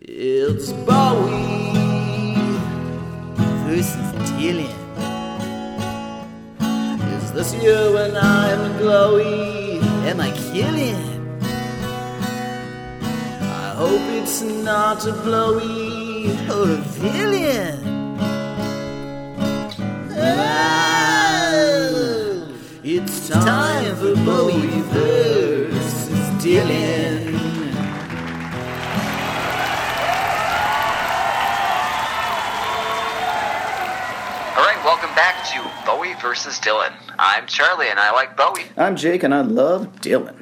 It's Bowie versus Dylan. Is this you and I am glowy? Am I killing? I hope it's not a blowy or a villain. Oh, it's time for Bowie versus Dylan. All right, welcome back to Bowie versus Dylan. I'm Charlie, and I like Bowie. I'm Jake and I love Dylan.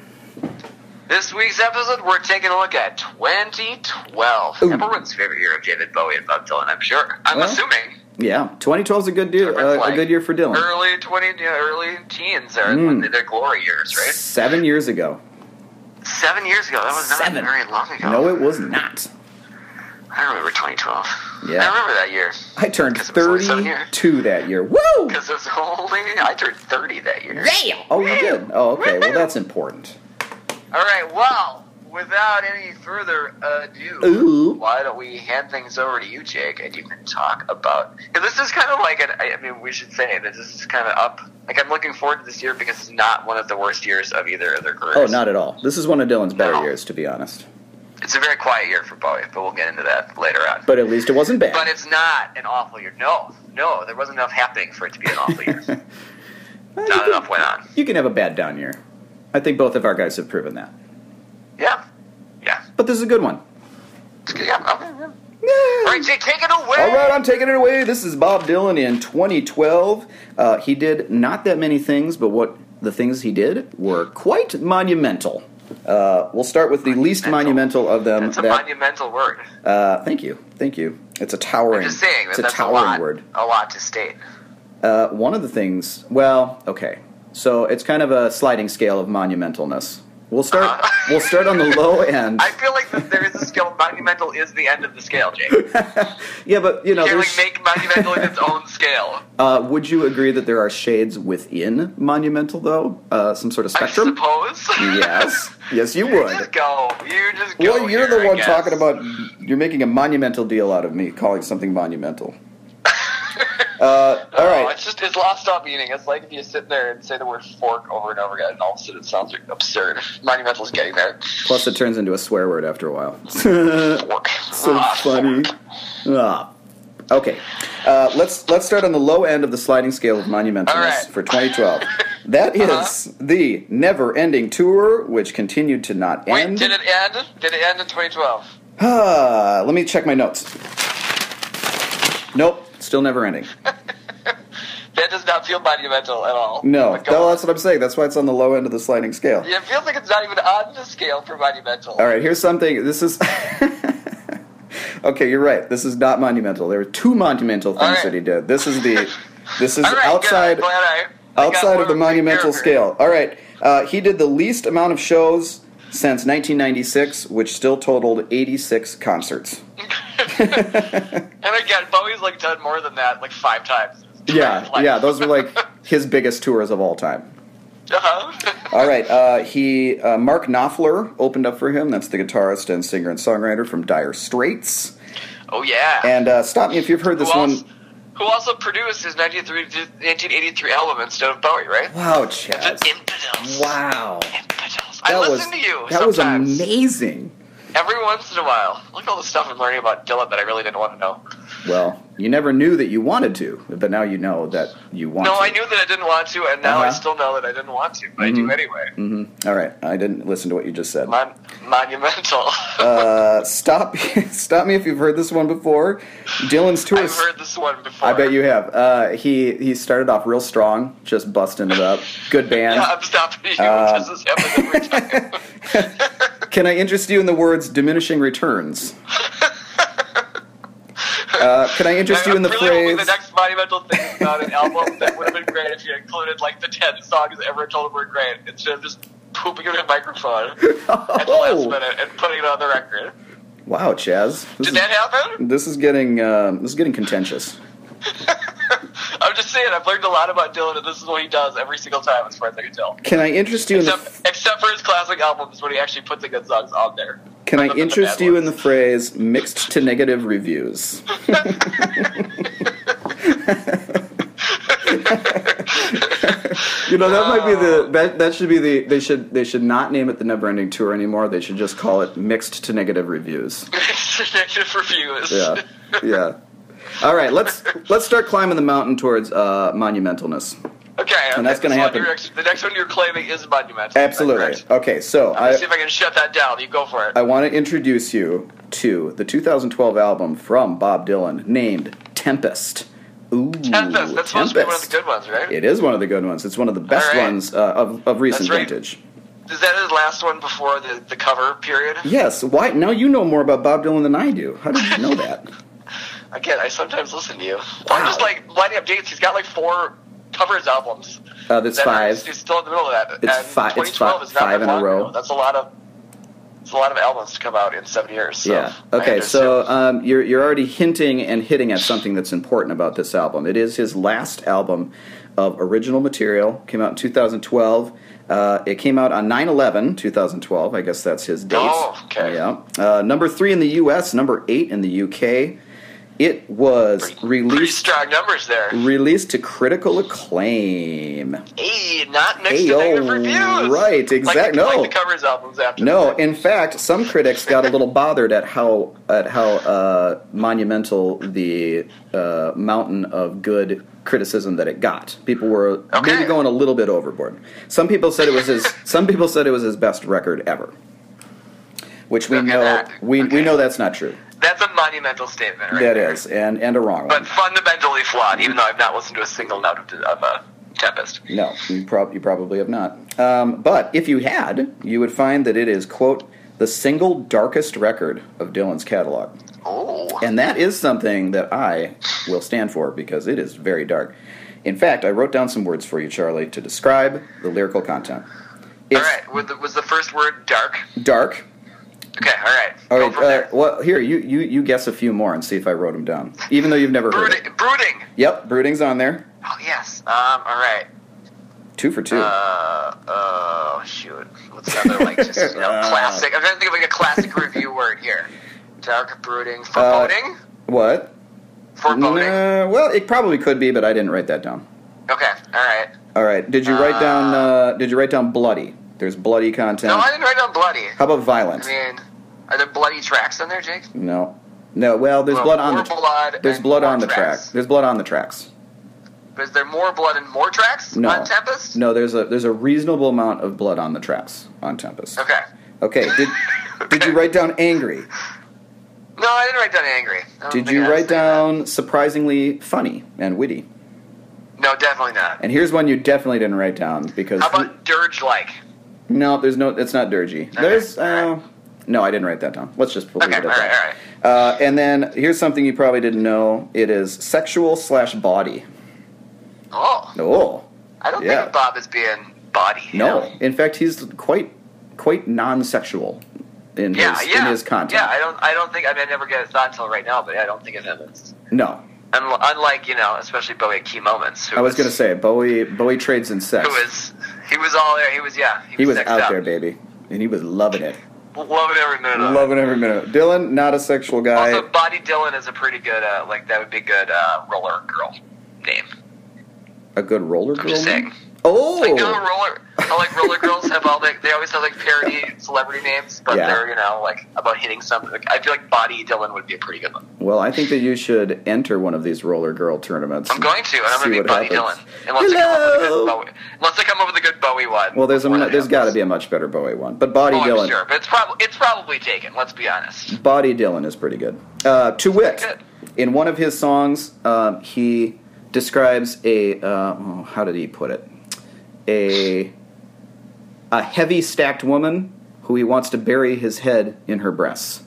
This week's episode, we're taking a look at 2012. Ooh. Everyone's favorite year of David Bowie and Bob Dylan, I'm sure. I'm Well, assuming Yeah, 2012 is a good year. Red Uh, a flag. good year for Dylan. early 20, yeah, early teens are Mm. when they- their glory years, right? Seven years ago. Seven years ago, that was not Seven. very long ago. No, it was not. I remember 2012. Yeah. I remember that year I turned 'Cause it was only seven 32 that year. Woo! because it was only I turned 30 that year. Oh, you did. Oh, okay. Well, that's important. All right, well, without any further ado, Ooh. why don't we hand things over to you, Jake, and you can talk about. And this is kind of like an. I I mean, we should say that this is kind of up. Like, I'm looking forward to this year because it's not one of the worst years of either of their careers. Oh, not at all. This is one of Dylan's better No. years, to be honest. It's a very quiet year for Bowie, but we'll get into that later on. But at least it wasn't bad. But it's not an awful year. No, no, there wasn't enough happening for it to be an awful year. Well, not Uh, you, enough can, went on. you can have a bad down year. I think both of our guys have proven that. Yeah, yeah. But this is a good one. It's good. yeah. okay, yeah. Yeah. All right, Jake, take it away. All right, I'm taking it away. This is Bob Dylan in 2012. Uh, he did not that many things, but what the things he did were quite monumental. Uh, we'll start with the least Monumental. monumental of them. That's a that- monumental word. uh, thank you, thank you. It's a towering. I'm just saying that it's a that's a towering lot. word. A lot to state. Uh, one of the things. Well, okay. So it's kind of a sliding scale of monumentalness. We'll start. Uh-huh. We'll start on the low end. I feel like that there is a scale. Monumental is the end of the scale, Jake. You yeah, but you know, can't there's, like make monumental in its own scale. uh, would you agree that there are shades within monumental, though? Uh, some sort of spectrum. I suppose. yes, yes, you You just would. go. You just go. Well, you're here, the I one guess. talking about. You're making a monumental deal out of me calling something monumental. Uh, Oh, all right. it's just it's lost all meaning. It's like if you sit there and say the word fork over and over again, and all of a sudden it sounds like absurd. Monumental's getting there. Plus, it turns into a swear word after a while. so Fork. funny. Ah. Okay. Uh, let's let's start on the low end of the sliding scale of monumentalness All right. Uh-huh. for 2012. That is the never-ending tour, which continued to not Wait, end. did it end? Did it end in 2012? Ah, let me check my notes. Nope, still never ending. That does not feel monumental at all. No, But go that's what I'm saying. That's why it's on the low end of the sliding scale. on. Oh Yeah, it feels like it's not even on the scale for monumental. All right, here's something. This is. okay, you're right. This is not monumental. There were two monumental things All right. that he did. This is the. This is All right, outside. Good. I'm glad I- I got outside one of the monumental character. scale. All right, uh, he did the least amount of shows since 1996, which still totaled 86 concerts. And again, Bowie's like done more than that, like five times. Yeah, Like- yeah, those were like his biggest tours of all time. Uh-huh. All right, uh, he uh, Mark Knopfler opened up for him. That's the guitarist and singer and songwriter from Dire Straits. oh yeah. And uh, stop me if you've heard this who, one. also, who also produced his 93 1983 album instead of Bowie, right? Wow, The Chaz. Infidels. Wow. Infidels. Uh, I listen to you That was sometimes. amazing. Every once in a while. Look at all the stuff I'm learning about Dylan that I really didn't want to know. Well, you never knew that you wanted to, but now you know that you want No, to. I knew that I didn't want to, and now I Uh-huh. Mm-hmm. still know that I didn't want to, but I do anyway. Mhm. All right, I didn't listen to what you just said. Mon- monumental. Uh, stop, stop me if you've heard this one before. Dylan's tour. I've heard this one before. I bet you have. Uh, he he started off real strong, just busting it up. Good band. Yeah, I'm stopping you. Uh, this is happening every time. Can I interest you in the words diminishing returns? Uh, can I interest you in the I'm really hoping phrase? The next monumental thing is not an album that would have been great if you included like the ten songs ever told were great instead of just pooping in a microphone at the last minute and putting it on the record. Oh, Wow, Chaz, this Did is, that happen? this is getting um, this is getting contentious. I'm just saying I've learned a lot about Dylan and this is what he does every single time as far as I can tell. Can I interest you in the Except, except for his classic albums when he actually puts the good songs on there. Can I interest you in the phrase mixed to negative reviews? you know that might be Oh. the that, that should be the they should they should not name it the never ending tour anymore. They should just call it mixed to negative reviews. negative reviews. Yeah. Yeah. All right, let's let's start climbing the mountain towards uh, monumentalness. Okay, And that's okay, gonna so happen. you're ex- the next one you're claiming is monumental. Is that Absolutely. correct? Okay, so Let's I see if I can shut that down. You go for it. I want to introduce you to the 2012 album from Bob Dylan named Tempest. Ooh, Tempest. That's supposed to be one of the good ones, right? It is one of the good ones. It's one of the best All right. ones uh, of, of recent right. vintage. Is that his last one before the, the cover period? Yes. Why? Now you know more about Bob Dylan than I do. How did you know that? Again, I sometimes listen to you. Wow. I'm just like lining up dates. He's got like four covers albums. Uh, that's That are- five. He's still in the middle of that. It's and fi- it's 2012 fi- is not five that in a long row. ago. That's a lot of. It's a lot of albums to come out in seven years. So yeah. I Okay. understand. So um, you're you're already hinting and hitting at something that's important about this album. It is his last album of original material. Came out in 2012. Uh, it came out on 9/11, 2012. I guess that's his date. Oh, okay. Yeah. Uh, number three in the U.S. Number eight in the U.K. It was pretty released strong numbers there. released to critical acclaim. Hey, not next Hey, to negative oh, reviews. right, exact- Like, the- no. like the covers albums after. No, that. in fact, some critics got a little bothered at how at how uh, monumental the uh, mountain of good criticism that it got. People were maybe Okay. going a little bit overboard. Some people said it was his. some people said it was his best record ever, which we Look at know that. we we Okay. know that's not true. that's a monumental statement, right? That there. is, and and a wrong but one. fundamentally flawed. Even though I've not listened to a single note of, the- of uh, Tempest. No, you, prob- you probably have not. Um, but if you had, you would find that it is quote the single darkest record of Dylan's catalog. Oh, And that is something that I will stand for because it is very dark. In fact, I wrote down some words for you, Charlie, to describe the lyrical content. It's all right. Was the, was the first word dark? dark. Okay, all right. All Go right. from Uh, there. well, here you, you you guess a few more and see if I wrote them down, even though you've never heard. brooding, It. brooding. Yep, brooding's on there. Oh yes. Um. All right. Two for two. Uh. Oh shoot. What's another like just you know Uh. classic? I'm trying to think of like a classic review word here. Dark Uh, brooding. Foreboding. what? Foreboding. Nah, well, it probably could be, but I didn't write that down. Okay. All right. All right. Did you write down? Uh, did you write down bloody? There's bloody content. No, I didn't write down bloody. How about violent? I mean, are there bloody tracks on there, Jake? No. No, well, there's Well, blood on the more blood There's and blood more on the tracks. track. There's blood on the tracks. But is there more blood and more tracks No. on Tempest? No, there's a there's a reasonable amount of blood on the tracks on Tempest. Okay. Okay, did did you write down angry? No, I didn't write down angry. I don't Did think I you write said that. down surprisingly funny and witty? No, definitely not. And here's one you definitely didn't write down because How about dirge like? No, there's no it's not dirgy. There's uh, no, I didn't write that down. Let's just leave Okay, it at all right, that. all right. Uh, and then here's something you probably didn't know. It is sexual slash body. Oh, Oh. I don't Yeah. think of Bob as being body. you No, know? in fact, he's quite quite non-sexual in Yeah, his yeah. in his content. Yeah, I don't. I don't think. I mean, I never get a thought until right now, but I don't think of him as. no, un- Unlike you know, especially Bowie at key moments. Who I was going to say Bowie Bowie trades in sex. Who was? He was all there. He was yeah. He was, he was sexed out up. there, baby, and he was loving it, Loving every minute. of it. loving every minute. of it. Dylan, not a sexual guy. Also, Body Dylan is a pretty good, uh, like, that would be a good uh, roller girl name. a good roller I'm girl. just saying. Oh, Like, you know, roller, how, like, roller girls have all, like, they always have, like, parody celebrity names, but Yeah. they're, you know, like, about hitting something. Like, I feel like Body Dylan would be a pretty good one. well, I think that you should enter one of these roller girl tournaments. I'm going to, and I'm See going to what be Body happens. Dylan. Unless they, come up with a good Hello? Bowie, unless they come up with a good Bowie one. Well, there's a, before that there's happens. got to be a much better Bowie one, but Body Oh, I'm Dylan, sure, but it's, prob- it's probably taken, let's be honest. Body Dylan is pretty good. Uh, to wit, Good. in one of his songs, um, he describes a uh, oh, how did he put it? A a heavy stacked woman who he wants to bury his head in her breasts.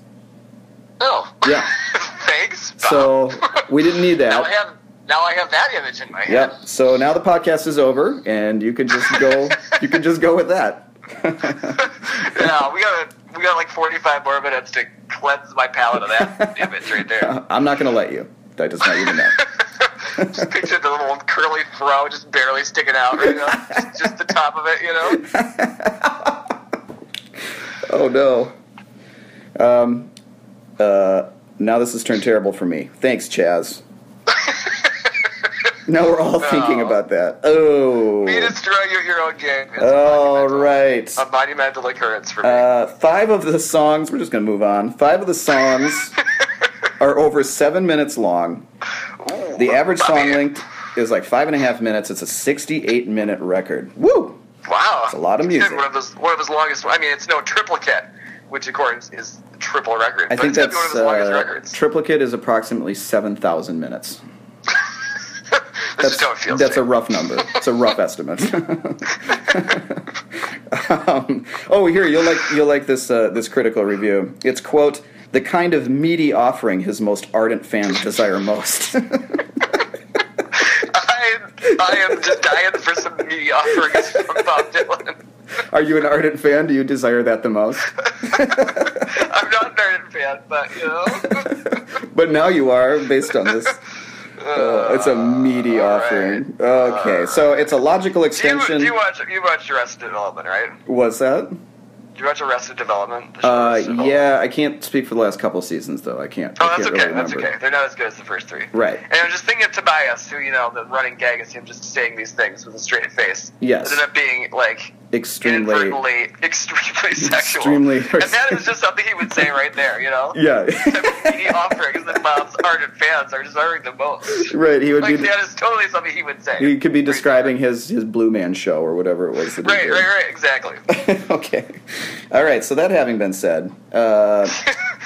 Oh. Yeah. Thanks, Bob. So we didn't need now, I that. have, now I have that image in my head. Yep. So now the podcast is over, and you could just go. you could just go with that. no, we got we got like forty five more minutes to cleanse my palate of that image right there. I'm not going to let you. That does not even know. Just picture the little curly throw just barely sticking out, right now, just, just the top of it, you know. Oh no. Um, uh, now this has turned terrible for me. Thanks, Chaz. now we're No. all thinking about that. Oh. You destroy your, your own game. It's All a monumental- Oh, right. A monumental occurrence for me. Uh, five of the songs, we're just going to move on. Five of the songs are over seven minutes long. Ooh, The average I song mean, length is like five and a half minutes. It's a 68 minute record. Woo! Wow, it's a lot of music. One of his one of his longest. I mean, it's no triplicate, which of course is a triple record. I but think it's gotta be that's one of his longest uh, records. triplicate is approximately 7,000 minutes. this is how it feels. that's to a me. rough number. It's a rough estimate. um, oh, here you'll like you'll like this uh, this critical review. It's quote the kind of meaty offering his most ardent fans desire most. I, I am just dying for some media offerings from Bob Dylan. Are you an ardent fan? Do you desire that the most? I'm not an Ardent fan, but you know. But now you are based on this. Uh, it's a meaty all offering. Okay, so it's a logical Do you, extension. do you watch you watch Arrested Development, right? What's that? Do you watch Arrested Development? The show Uh, Arrested Development? yeah, I can't speak for the last couple seasons though. I can't. Oh, I that's can't okay. Really that's remember. okay. They're not as good as the first three. Right. And I'm just thinking of Tobias, who you know, the running gag is him just saying these things with a straight face. Yes. It ended up being like Extremely. inadvertently, extremely sexual. Extremely and that is just something he would say right there, you know. Yeah. Media offerings that Bob's ardent fans are desiring the most. right. He would Like be. that is totally something he would say. He could be describing his his Blue Man show or whatever it was. That he Right, did. right, right. Exactly. okay. All right. So that having been said, uh,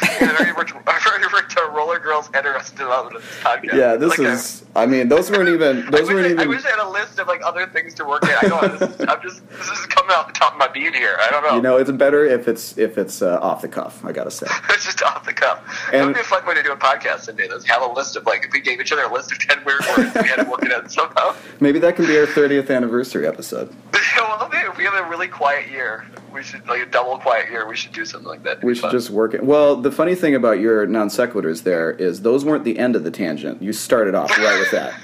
I've already worked. I've already worked to Roller Girls and Arrested Development podcast. yeah, this Like, I'm- is. I mean, those weren't even. Those I, wish weren't I, I even. wish I had a list of like other things to work at. I know this is, I'm just this is coming off the top of my bean here. I don't know. You know, it's better if it's if it's uh, off the cuff. I gotta say. it's just off the cuff. that And- would be a fun way to do a podcast someday. Let's have a list of like if we gave each other a list of ten weird words we had to work it out somehow. Maybe that can be our 30th anniversary episode. well, maybe if we have a really quiet year, we should like a double quiet year. We should do something like that. We should just work it. Well, the funny thing about your non sequiturs there is those weren't the end of the tangent. You started off right with that.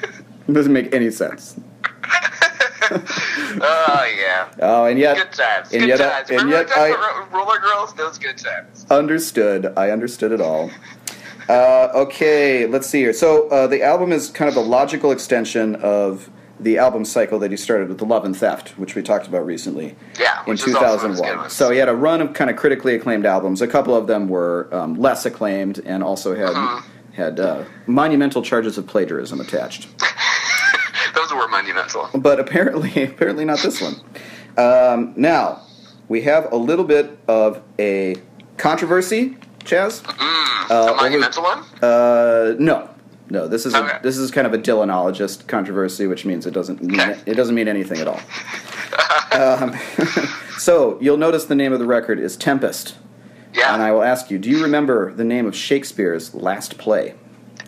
It doesn't make any sense. Oh yeah, Oh, and yet, good times. and good yet, I- times. and Remember yet, that time I, for Ro- Roller Girls? Those good times. Understood. I understood it all. Uh, okay, let's see here. So uh, the album is kind of a logical extension of the album cycle that he started with Love and Theft, which we talked about recently. Yeah, in which is also one of his 2001. good So he had a run of kind of critically acclaimed albums. A couple of them were um, less acclaimed and also had Uh-huh. had uh, monumental charges of plagiarism attached. Those were monumental. But apparently, apparently not this one. Um, now we have a little bit of a controversy, Chaz. A over- monumental one. Uh, no, no. This is Okay. a, this is kind of a Dylanologist controversy, which means it doesn't mean Okay. it doesn't mean anything at all. um, so you'll notice the name of the record is Tempest, Yeah. and I will ask you: Do you remember the name of Shakespeare's last play?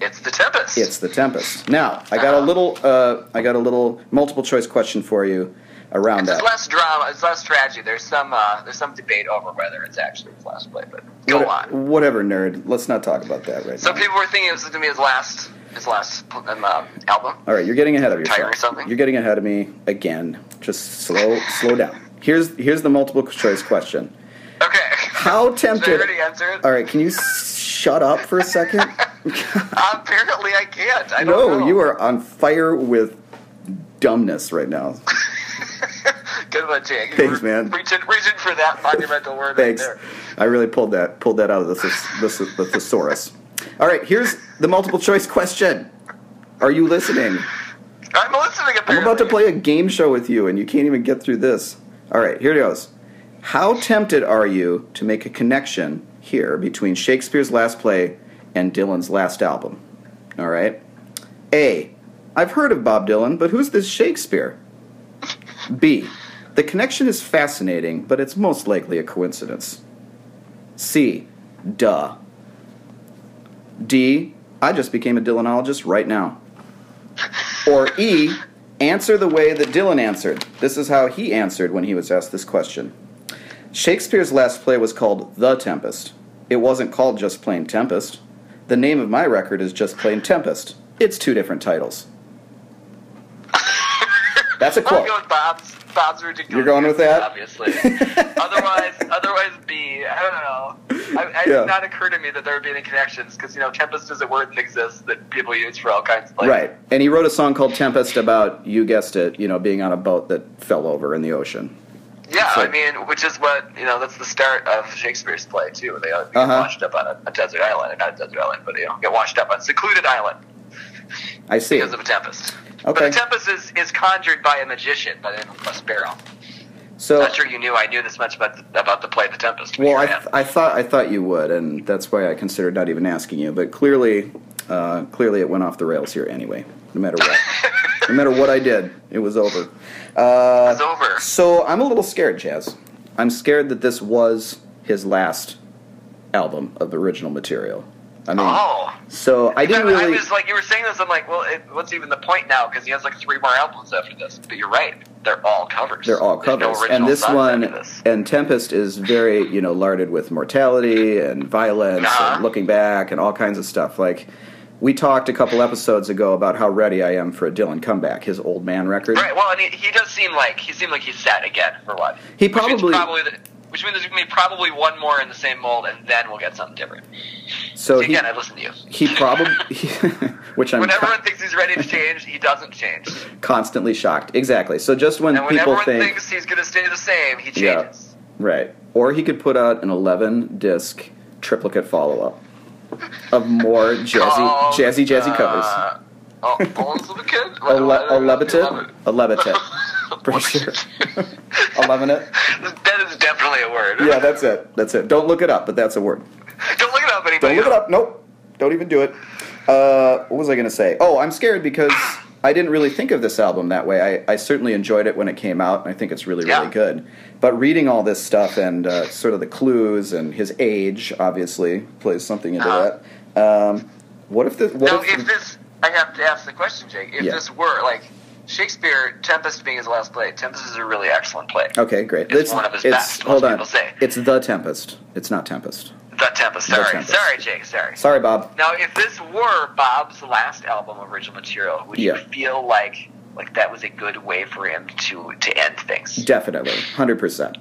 It's the Tempest. It's The Tempest. Now I got a little uh, I got a little multiple choice question for you around It's that. less drama. It's less tragedy. There's some uh, there's some debate over whether it's actually his last play, but go What- on. Whatever, nerd. Let's not talk about that right Some now. people were thinking this was gonna be his last his last um, uh, album. All right, you're getting ahead of Tired or yourself. something? You're getting ahead of me again. Just slow, slow down. Here's here's the multiple choice question. Okay. How Did I tempted? already answer it? All right, can you s- shut up for a second? Apparently, I can't. I don't no, know. you are on fire with dumbness right now. good one, Jake. You Thanks, were man. Reaching, reaching for that monumental word. Thanks. Right there. I really pulled that pulled that out of the, thes- the, the thesaurus. All right, here's the multiple choice question. Are you listening? I'm listening. Apparently. I'm about to play a game show with you, and you can't even get through this. All right, here it goes. How tempted are you to make a connection here between Shakespeare's last play and Dylan's last album? All right. A. I've heard of Bob Dylan, but who's this Shakespeare? B. The connection is fascinating, but it's most likely a coincidence. C. Duh. D. I just became a Dylanologist right now. Or E. Answer the way that Dylan answered. This is how he answered when he was asked this question. Shakespeare's last play was called The Tempest. It wasn't called just plain Tempest. The name of my record is just plain Tempest. It's two different titles. That's a I'm quote. going Bob's. Bob's ridiculous. You're going with that? obviously. otherwise, otherwise, B. I don't know. I, I Yeah. did not occur to me that there would be any connections because you know tempest is a word that exists that people use for all kinds of things. Right. And he wrote a song called Tempest about, you guessed it, you know, being on a boat that fell over in the ocean. Yeah, So- I mean, which is what you know. That's the start of Shakespeare's play too. They all get Uh-huh. washed up on a, a desert island, not a desert island, but you know, get washed up on a secluded island I see. because of a tempest. But Okay. the tempest is, is conjured by a magician by the name of Prospero. So, not sure you knew I knew this much about the, about the play The Tempest. but here well, I, I am. th- I thought I thought you would, and that's why I considered not even asking you. But clearly, uh, clearly, it went off the rails here anyway. No matter what, no matter what I did, it was over. Uh, it's over. So I'm a little scared, Jazz. I'm scared that this was his last album of original material. I mean, Oh, so I didn't I really. was like, you were saying this. I'm like, well, it, what's even the point now? Because he has like three more albums after this. But you're right, they're all covers. They're all There's no covers, and original this songs one after this. and Tempest is very you know larded with mortality and violence Uh-huh. and looking back and all kinds of stuff. Like we talked a couple episodes ago about how ready I am for a Dylan comeback, his old man record. Right. Well, and he, he does seem like he seemed like he's sad again for one. He Which means probably- probably the, which means there's gonna be probably one more in the same mold, and then we'll get something different. So See, he again, I listen to you. he probably which I'm When everyone con- thinks he's ready to change, he doesn't change. constantly shocked. Exactly. So just when And when people everyone think thinks he's gonna stay the same, he Yeah. changes. right, or he could put out an 11 disc triplicate follow up of more jazzy Called, jazzy jazzy covers. Uh, oh, Bones of the Kid? Ele- Eleven- Elevated? eleven. Elevated. For sure. Eleven it? That is definitely a word. Yeah, that's it. That's it. Don't look it up, but that's a word. Don't look it up, anybody. Don't look it up. Nope. Don't even do it. Uh, what was I going to say? Oh, I'm scared because I didn't really think of this album that way. I, I certainly enjoyed it when it came out, and I think it's really, really Yeah. good. But reading all this stuff and uh, sort of the clues and his age, obviously, plays something into Uh-huh. that. Um, what if the. What now, if if this, I have to ask the question, Jake. If Yeah. this were like Shakespeare, Tempest being his last play, Tempest is a really excellent play. Okay, great. It's one of his best, most Hold on. people say. It's The Tempest. It's not Tempest. The Tempest. Sorry, Tempest. sorry, Jake. Sorry. Sorry, Bob. Now, if this were Bob's last album of original material, would Yeah. you feel like like that was a good way for him to to end things? Definitely. 100%.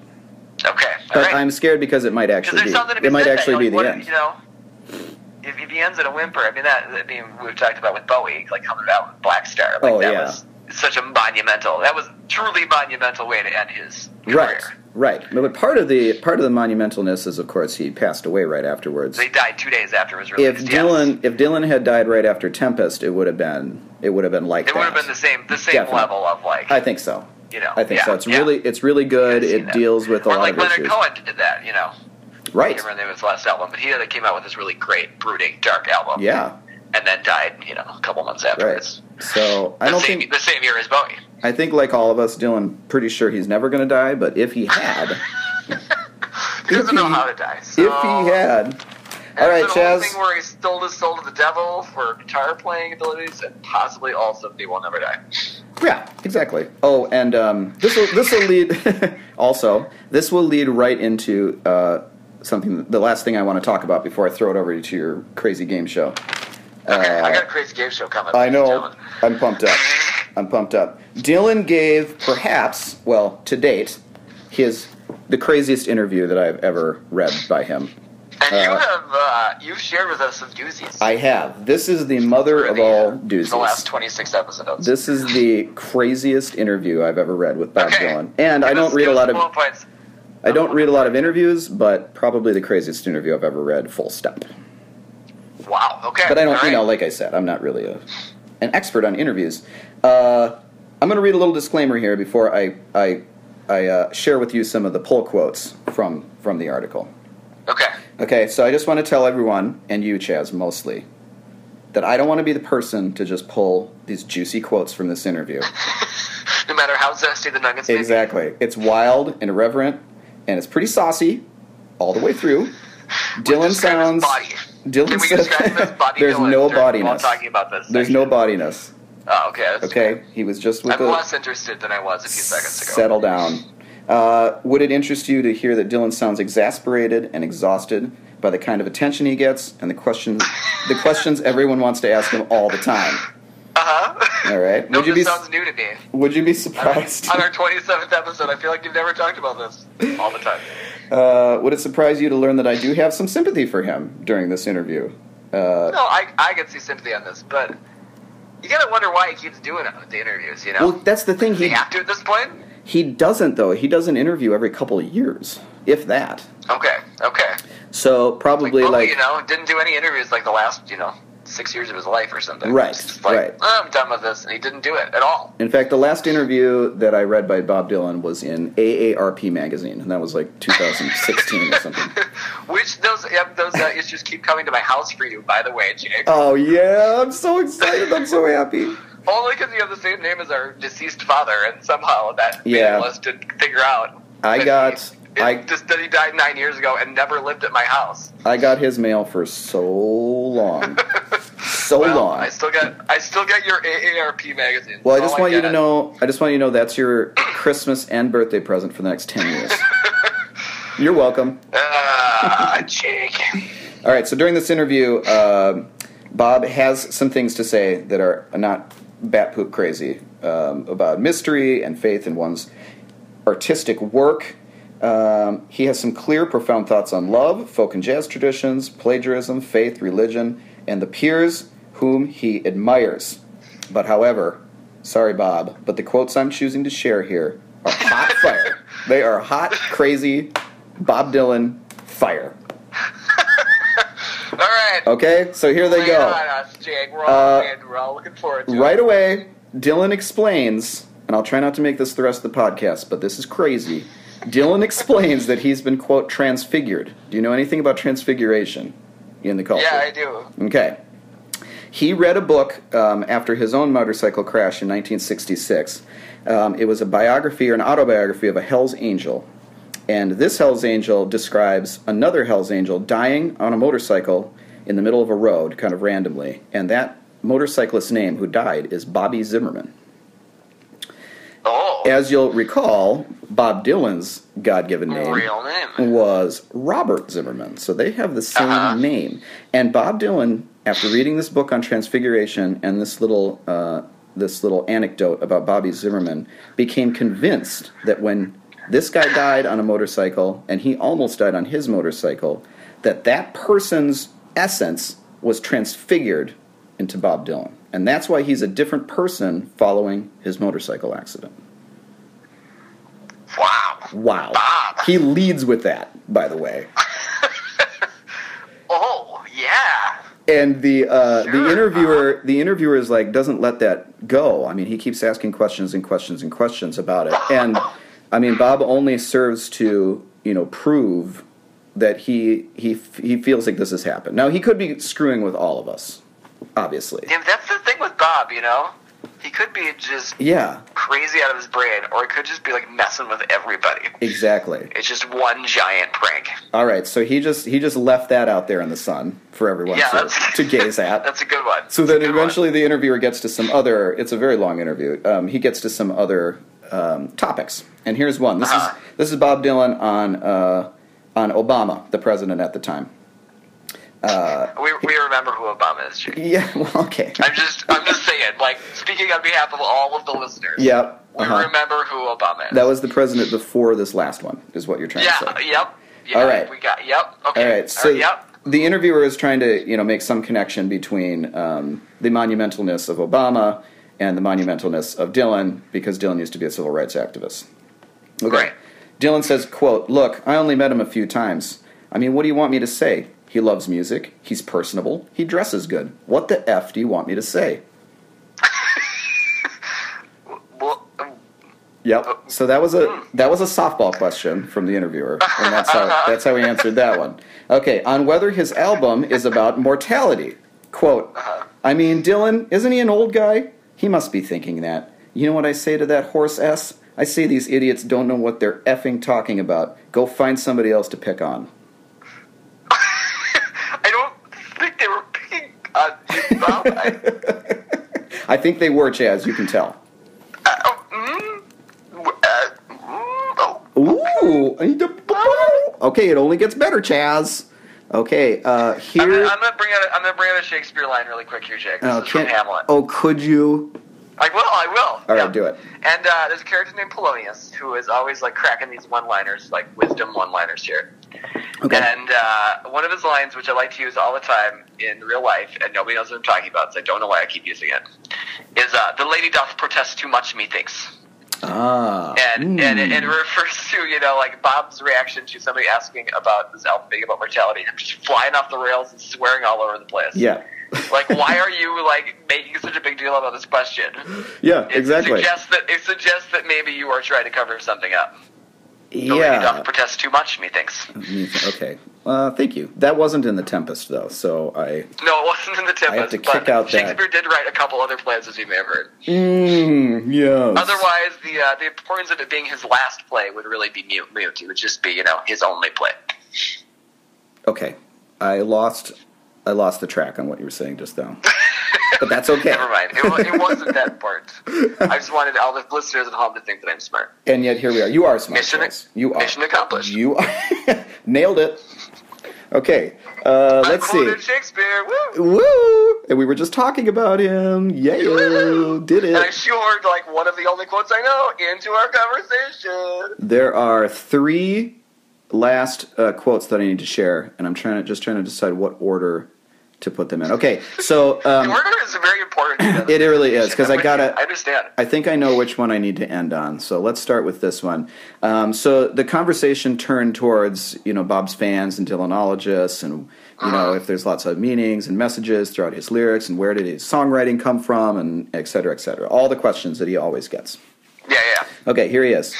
Okay. But all right. I'm scared because it might Because actually there's be. something to be It might said actually that, be you know, the like, end. what- You know, if, if he ends in a whimper, I mean that. I mean, we've talked about with Bowie, like coming out with Black Star. Like Oh, that yeah. was such a monumental. That was truly monumental way to end his career. Right, right. But part of the part of the monumentalness is, of course, he passed away right afterwards. They died two days after it was If released. yes. Dylan, if Dylan had died right after Tempest, it would have been it would have been like it would that. have been the same, the same Definitely. level of like, I think so. you know, I think yeah, so. It's yeah. really it's really good. I've seen It that. deals with a or lot like of Leonard issues. Cohen did that, you know. I Right. can't remember the name of his last album, but he had- came out with this really great, brooding, dark album. Yeah. And then died, you know, a couple months Right. afterwards. So I The don't same, think the same year as Bowie. I think like all of us, Dylan, pretty sure he's never going to die. But if he had, He doesn't If know he- how to die. So. if he had, And all right, it's the whole Chaz. thing where he stole his soul to the devil for guitar playing abilities, and possibly also he will never die. Yeah, exactly. Oh, and um, this will this will lead also this will lead right into uh, something. The last thing I want to talk about before I throw it over to your crazy game show. Okay, I Uh, got a crazy game show coming. I ladies and know. gentlemen. I'm pumped up. I'm pumped up. Dylan gave perhaps, well, to date, his the craziest interview that I've ever read by him. And you Uh, have uh, you've shared with us some doozies. I have. This is the mother for of the, all uh, doozies. The last twenty six episodes. This is the craziest interview I've ever read with Bob Okay. Dylan, and I Give don't us- read give a us lot the of bullet points. I don't read a lot of interviews, but probably the craziest interview I've ever read, full stop. Wow. Okay. But I don't, all you know, right. like I said, I'm not really a, an expert on interviews. Uh, I'm going to read a little disclaimer here before I, I, I uh, share with you some of the pull quotes from, from the article. Okay. Okay, so I just want to tell everyone, and you, Chaz, mostly, that I don't want to be the person to just pull these juicy quotes from this interview. No matter how zesty the nuggets may be. Exactly. It's wild and irreverent, and it's pretty saucy all the way through. Dylan describe his sounds. body. Dylan Can we said- describe him as body There's Dylan no during- while bodiness. talking about this There's section? no bodiness. Oh, okay. that's- Okay, he was just with I'm the less interested than I was a few seconds ago. settle down. Uh, would it interest you to hear that Dylan sounds exasperated and exhausted by the kind of attention he gets and the questions the questions everyone wants to ask him all the time? Uh huh. All right. No, would you this be sounds new to me. Would you be surprised? On our 27th episode, I feel like you've never talked about this all the time. Uh, would it surprise you to learn that I do have some sympathy for him during this interview? Uh, No, I I can see sympathy on this, but you gotta wonder why he keeps doing it with the interviews. You know, well, that's the thing. does he He have to at this point? he doesn't though. He does an interview every couple of years, if that. Okay, okay. So probably Bowie, like you know, didn't do any interviews like the last you know six years of his life or something. Right, It's just like, right. "Oh, I'm done with this, and he didn't do it at all. In fact, the last interview that I read by Bob Dylan was in AARP magazine, and that was like 2016 or something. Which those yeah, those uh, issues keep coming to my house for you, by the way, Jake. Oh yeah, I'm so excited! I'm so happy. Only because you have the same name as our deceased father, and somehow that Yeah. us to figure out. I that got- he, I- it- just that he died nine years ago and never lived at my house. I got his mail for so long, so well, long. I still got I still got your AARP magazine. well, I That's just all want you to got. know. I just want you to know that's your Christmas and birthday present for the next ten years. You're welcome. Ah, Jake. All right. So during this interview, uh, Bob has some things to say that are not bat poop crazy um, about mystery and faith in one's artistic work. Um, he has some clear, profound thoughts on love, folk and jazz traditions, plagiarism, faith, religion, and the peers whom he admires. But however, sorry, Bob, but the quotes I'm choosing to share here are hot fire. They are hot, crazy, Bob Dylan fire. All right. Okay, so here Oh, they Lay it on go. us, Jake. We're Uh, all in. We're all looking forward to Right it. away, Dylan explains, and I'll try not to make this the rest of the podcast, but this is crazy. Dylan explains that he's been, quote, transfigured. Do you know anything about transfiguration in the culture? Yeah, I do. Okay. He read a book um, after his own motorcycle crash in 1966. Um, it was a biography or an autobiography of a Hell's Angel. And this Hell's Angel describes another Hell's Angel dying on a motorcycle in the middle of a road, kind of randomly. And that motorcyclist's name who died is Bobby Zimmerman. Oh, As you'll recall, Bob Dylan's God given name real name. was Robert Zimmerman. So they have the same Uh-huh. name. And Bob Dylan, after reading this book on Transfiguration and this little uh, this little anecdote about Bobby Zimmerman, became convinced that when this guy died on a motorcycle and he almost died on his motorcycle, that that person's essence was transfigured into Bob Dylan. And that's why he's a different person following his motorcycle accident. Wow. Wow. Bob. He leads with that, by the way. Oh, yeah. and the uh, the Sure. Uh-huh. interviewer the interviewer is like doesn't let that go. I mean, he keeps asking questions and questions and questions about it. And I mean, Bob only serves to you know prove that he he f- he feels like this has happened. Now he could be screwing with all of us, obviously. Yeah, that's the thing with Bob, you know? He could be just Yeah, crazy out of his brain, or he could just be like messing with everybody. exactly. It's just one giant prank. All right, so he just he just left that out there in the sun for everyone Yeah, to, that's- to gaze at. That's a good one. So That's a then good eventually the interviewer gets to some other, it's a very long interview, um, he gets to some other um, topics. And here's one. This, Uh-huh. is, this is Bob Dylan on, uh, on Obama, the president at the time. one. We, we remember who Obama is. Jake. Yeah, well, okay. I'm just I'm just saying, like speaking on behalf of all of the listeners. Yep. We uh-huh. remember who Obama is. That was the president before this last one, is what you're trying to say. yeah. Yep. Yeah, All right. We got. Yep. Okay. All right. So yep. the interviewer is trying to you know make some connection between um, the monumentalness of Obama and the monumentalness of Dylan because Dylan used to be a civil rights activist. Okay. Right. Dylan says, "quote Look, I only met him a few times. I mean, what do you want me to say? He loves music. He's personable. He dresses good. What the f do you want me to say?" Well, Oh. Yep. So that was a that was a softball question from the interviewer, and that's how that's how he answered that one. Okay, on whether his album is about mortality. Quote: Uh-huh. I mean, Dylan, isn't he an old guy? He must be thinking that. You know what I say to that horse s? I say these idiots don't know what they're effing talking about. Go find somebody else to pick on. I don't think they were picking on you, Bob. I, I think they were Chaz. You can tell. oh, mm, w- uh, mm, oh, Ooh. I need to- Okay, it only gets better, Chaz. Okay, uh, here. I'm, gonna, I'm gonna bring out a, I'm gonna bring out a Shakespeare line really quick here, Jake. This Oh, is from can't- Hamlet. Oh, could you? I will. I will. All right, Yeah. do it. And uh, there's a character named Polonius who is always like cracking these one-liners, like wisdom one-liners here. Okay. And uh, one of his lines, which I like to use all the time in real life, and nobody knows what I'm talking about, so I don't know why I keep using it, is uh, "The lady doth protest too much, methinks." ah. and, mm. and, it, and it refers to you know like Bob's reaction to somebody asking about this album being about mortality and just flying off the rails and swearing all over the place. yeah. like why are you like making such a big deal about this question? Yeah. It Exactly. Suggests that it suggests that maybe you are trying to cover something up. The lady Yeah. doth protest too much, methinks. Okay. Uh, thank you. That wasn't in the Tempest though, so I. No, it wasn't in the Tempest. to but kick out that. Shakespeare did write a couple other plays, as you may have heard. Mm, yes. Otherwise, the uh, the importance of it being his last play would really be mute. mute. It would just be you know his only play. Okay. I lost. I lost the track on what you were saying just now. but that's okay. Never mind. It, wa- it wasn't that important. I just wanted all the listeners at home to think that I'm smart. And yet here we are. You are smart. Mission- Charles. you are. mission accomplished. You are. Nailed it. Okay. Uh, let's see. Quoted Shakespeare. Woo! Woo! And we were just talking about him. Yeah, Woo! did And I it. shoehorned like one of the only quotes I know into our conversation. There are three last uh, quotes that I need to share, and I'm trying to just trying to decide what order to put them in. Okay, so The um, order is very important. to the It really is, 'cause I conversation. gotta- I understand. I think I know which one I need to end on. So let's start with this one. Um, so the conversation turned towards you know Bob's fans and Dylanologists, and you know if there's lots of meanings and messages throughout his lyrics, and where did his songwriting come from, and et cetera, et cetera. All the questions that he always gets. Yeah, yeah. Okay, here he is.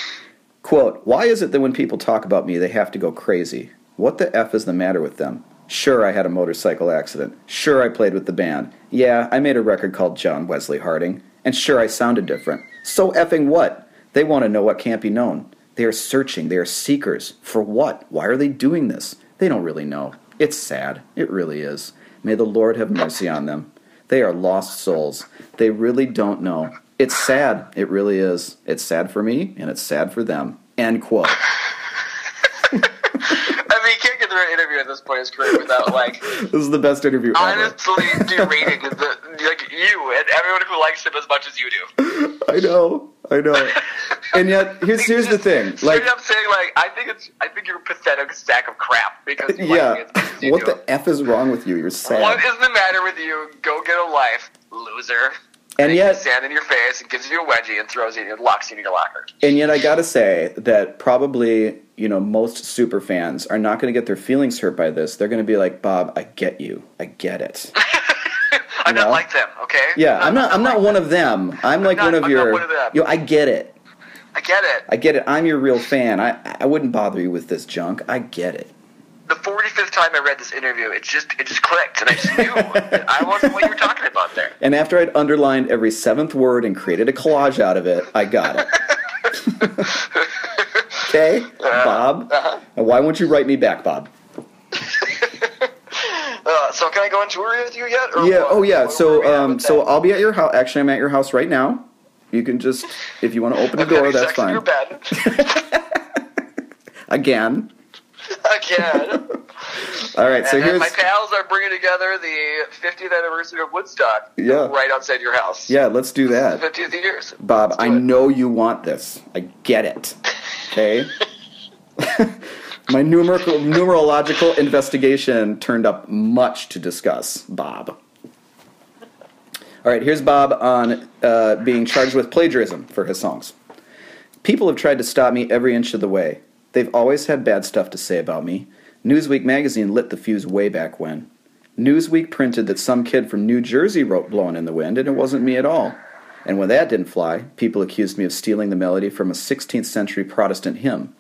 Quote, why is it that when people talk about me, they have to go crazy? What the F is the matter with them? Sure, I had a motorcycle accident. Sure, I played with the band. Yeah, I made a record called John Wesley Harding. And sure, I sounded different. So effing what? They want to know what can't be known. They are searching. They are seekers. For what? Why are they doing this? They don't really know. It's sad. It really is. May the Lord have mercy on them. They are lost souls. They really don't know. It's sad. It really is. It's sad for me, and it's sad for them. End quote. I mean, you can't get through an interview at this point in his career without like This is the best interview ever. honestly derating the like you and everyone who likes him as much as you do. I know. I know. And yet, here's here's the thing. Like, Straight up saying like I think it's I think you're a pathetic sack of crap because you yeah. like me as much as you What do. the f is wrong with you? You're sad. What is the matter with you? Go get a life, loser. And he yet, sand in your face and gives you a wedgie and throws it and locks you in your locker. And yet, I gotta say that probably you know most super fans are not gonna get their feelings hurt by this. They're gonna be like, Bob, I get you. I get it. I'm No. not like them, okay? Yeah, I'm not. I'm not one of them. I'm like not- one of I'm not your. one of them. Yo, I get it. I get it. I get it. I'm your real fan. I I wouldn't bother you with this junk. I get it. The 45th time I read this interview, it just it just clicked, and I just knew that I wasn't what you were talking about there. And after I'd underlined every seventh word and created a collage out of it, I got it. okay, Uh-huh. Bob. And Why won't you write me back, Bob? Uh, so can I go on tour with you yet? Or Yeah. what- Oh, yeah. what- where So, we at um, with so that? I'll be at your house. Actually, I'm at your house right now. You can just, if you want to open the I'm having door, that's sex in fine. Your bed. Again. Again. All right. So and then here's. my pals are bringing together the 50th anniversary of Woodstock. Yeah. Right outside your house. Yeah. Let's do that. 50th years. Bob, Let's do I it. know you want this. I get it. Okay? My numerical, numerological investigation turned up much to discuss, Bob. All right, here's Bob on uh, being charged with plagiarism for his songs. People have tried to stop me every inch of the way. They've always had bad stuff to say about me. Newsweek magazine lit the fuse way back when. Newsweek printed that some kid from New Jersey wrote Blowin' in the Wind, and it wasn't me at all. And when that didn't fly, people accused me of stealing the melody from a 16th century Protestant hymn.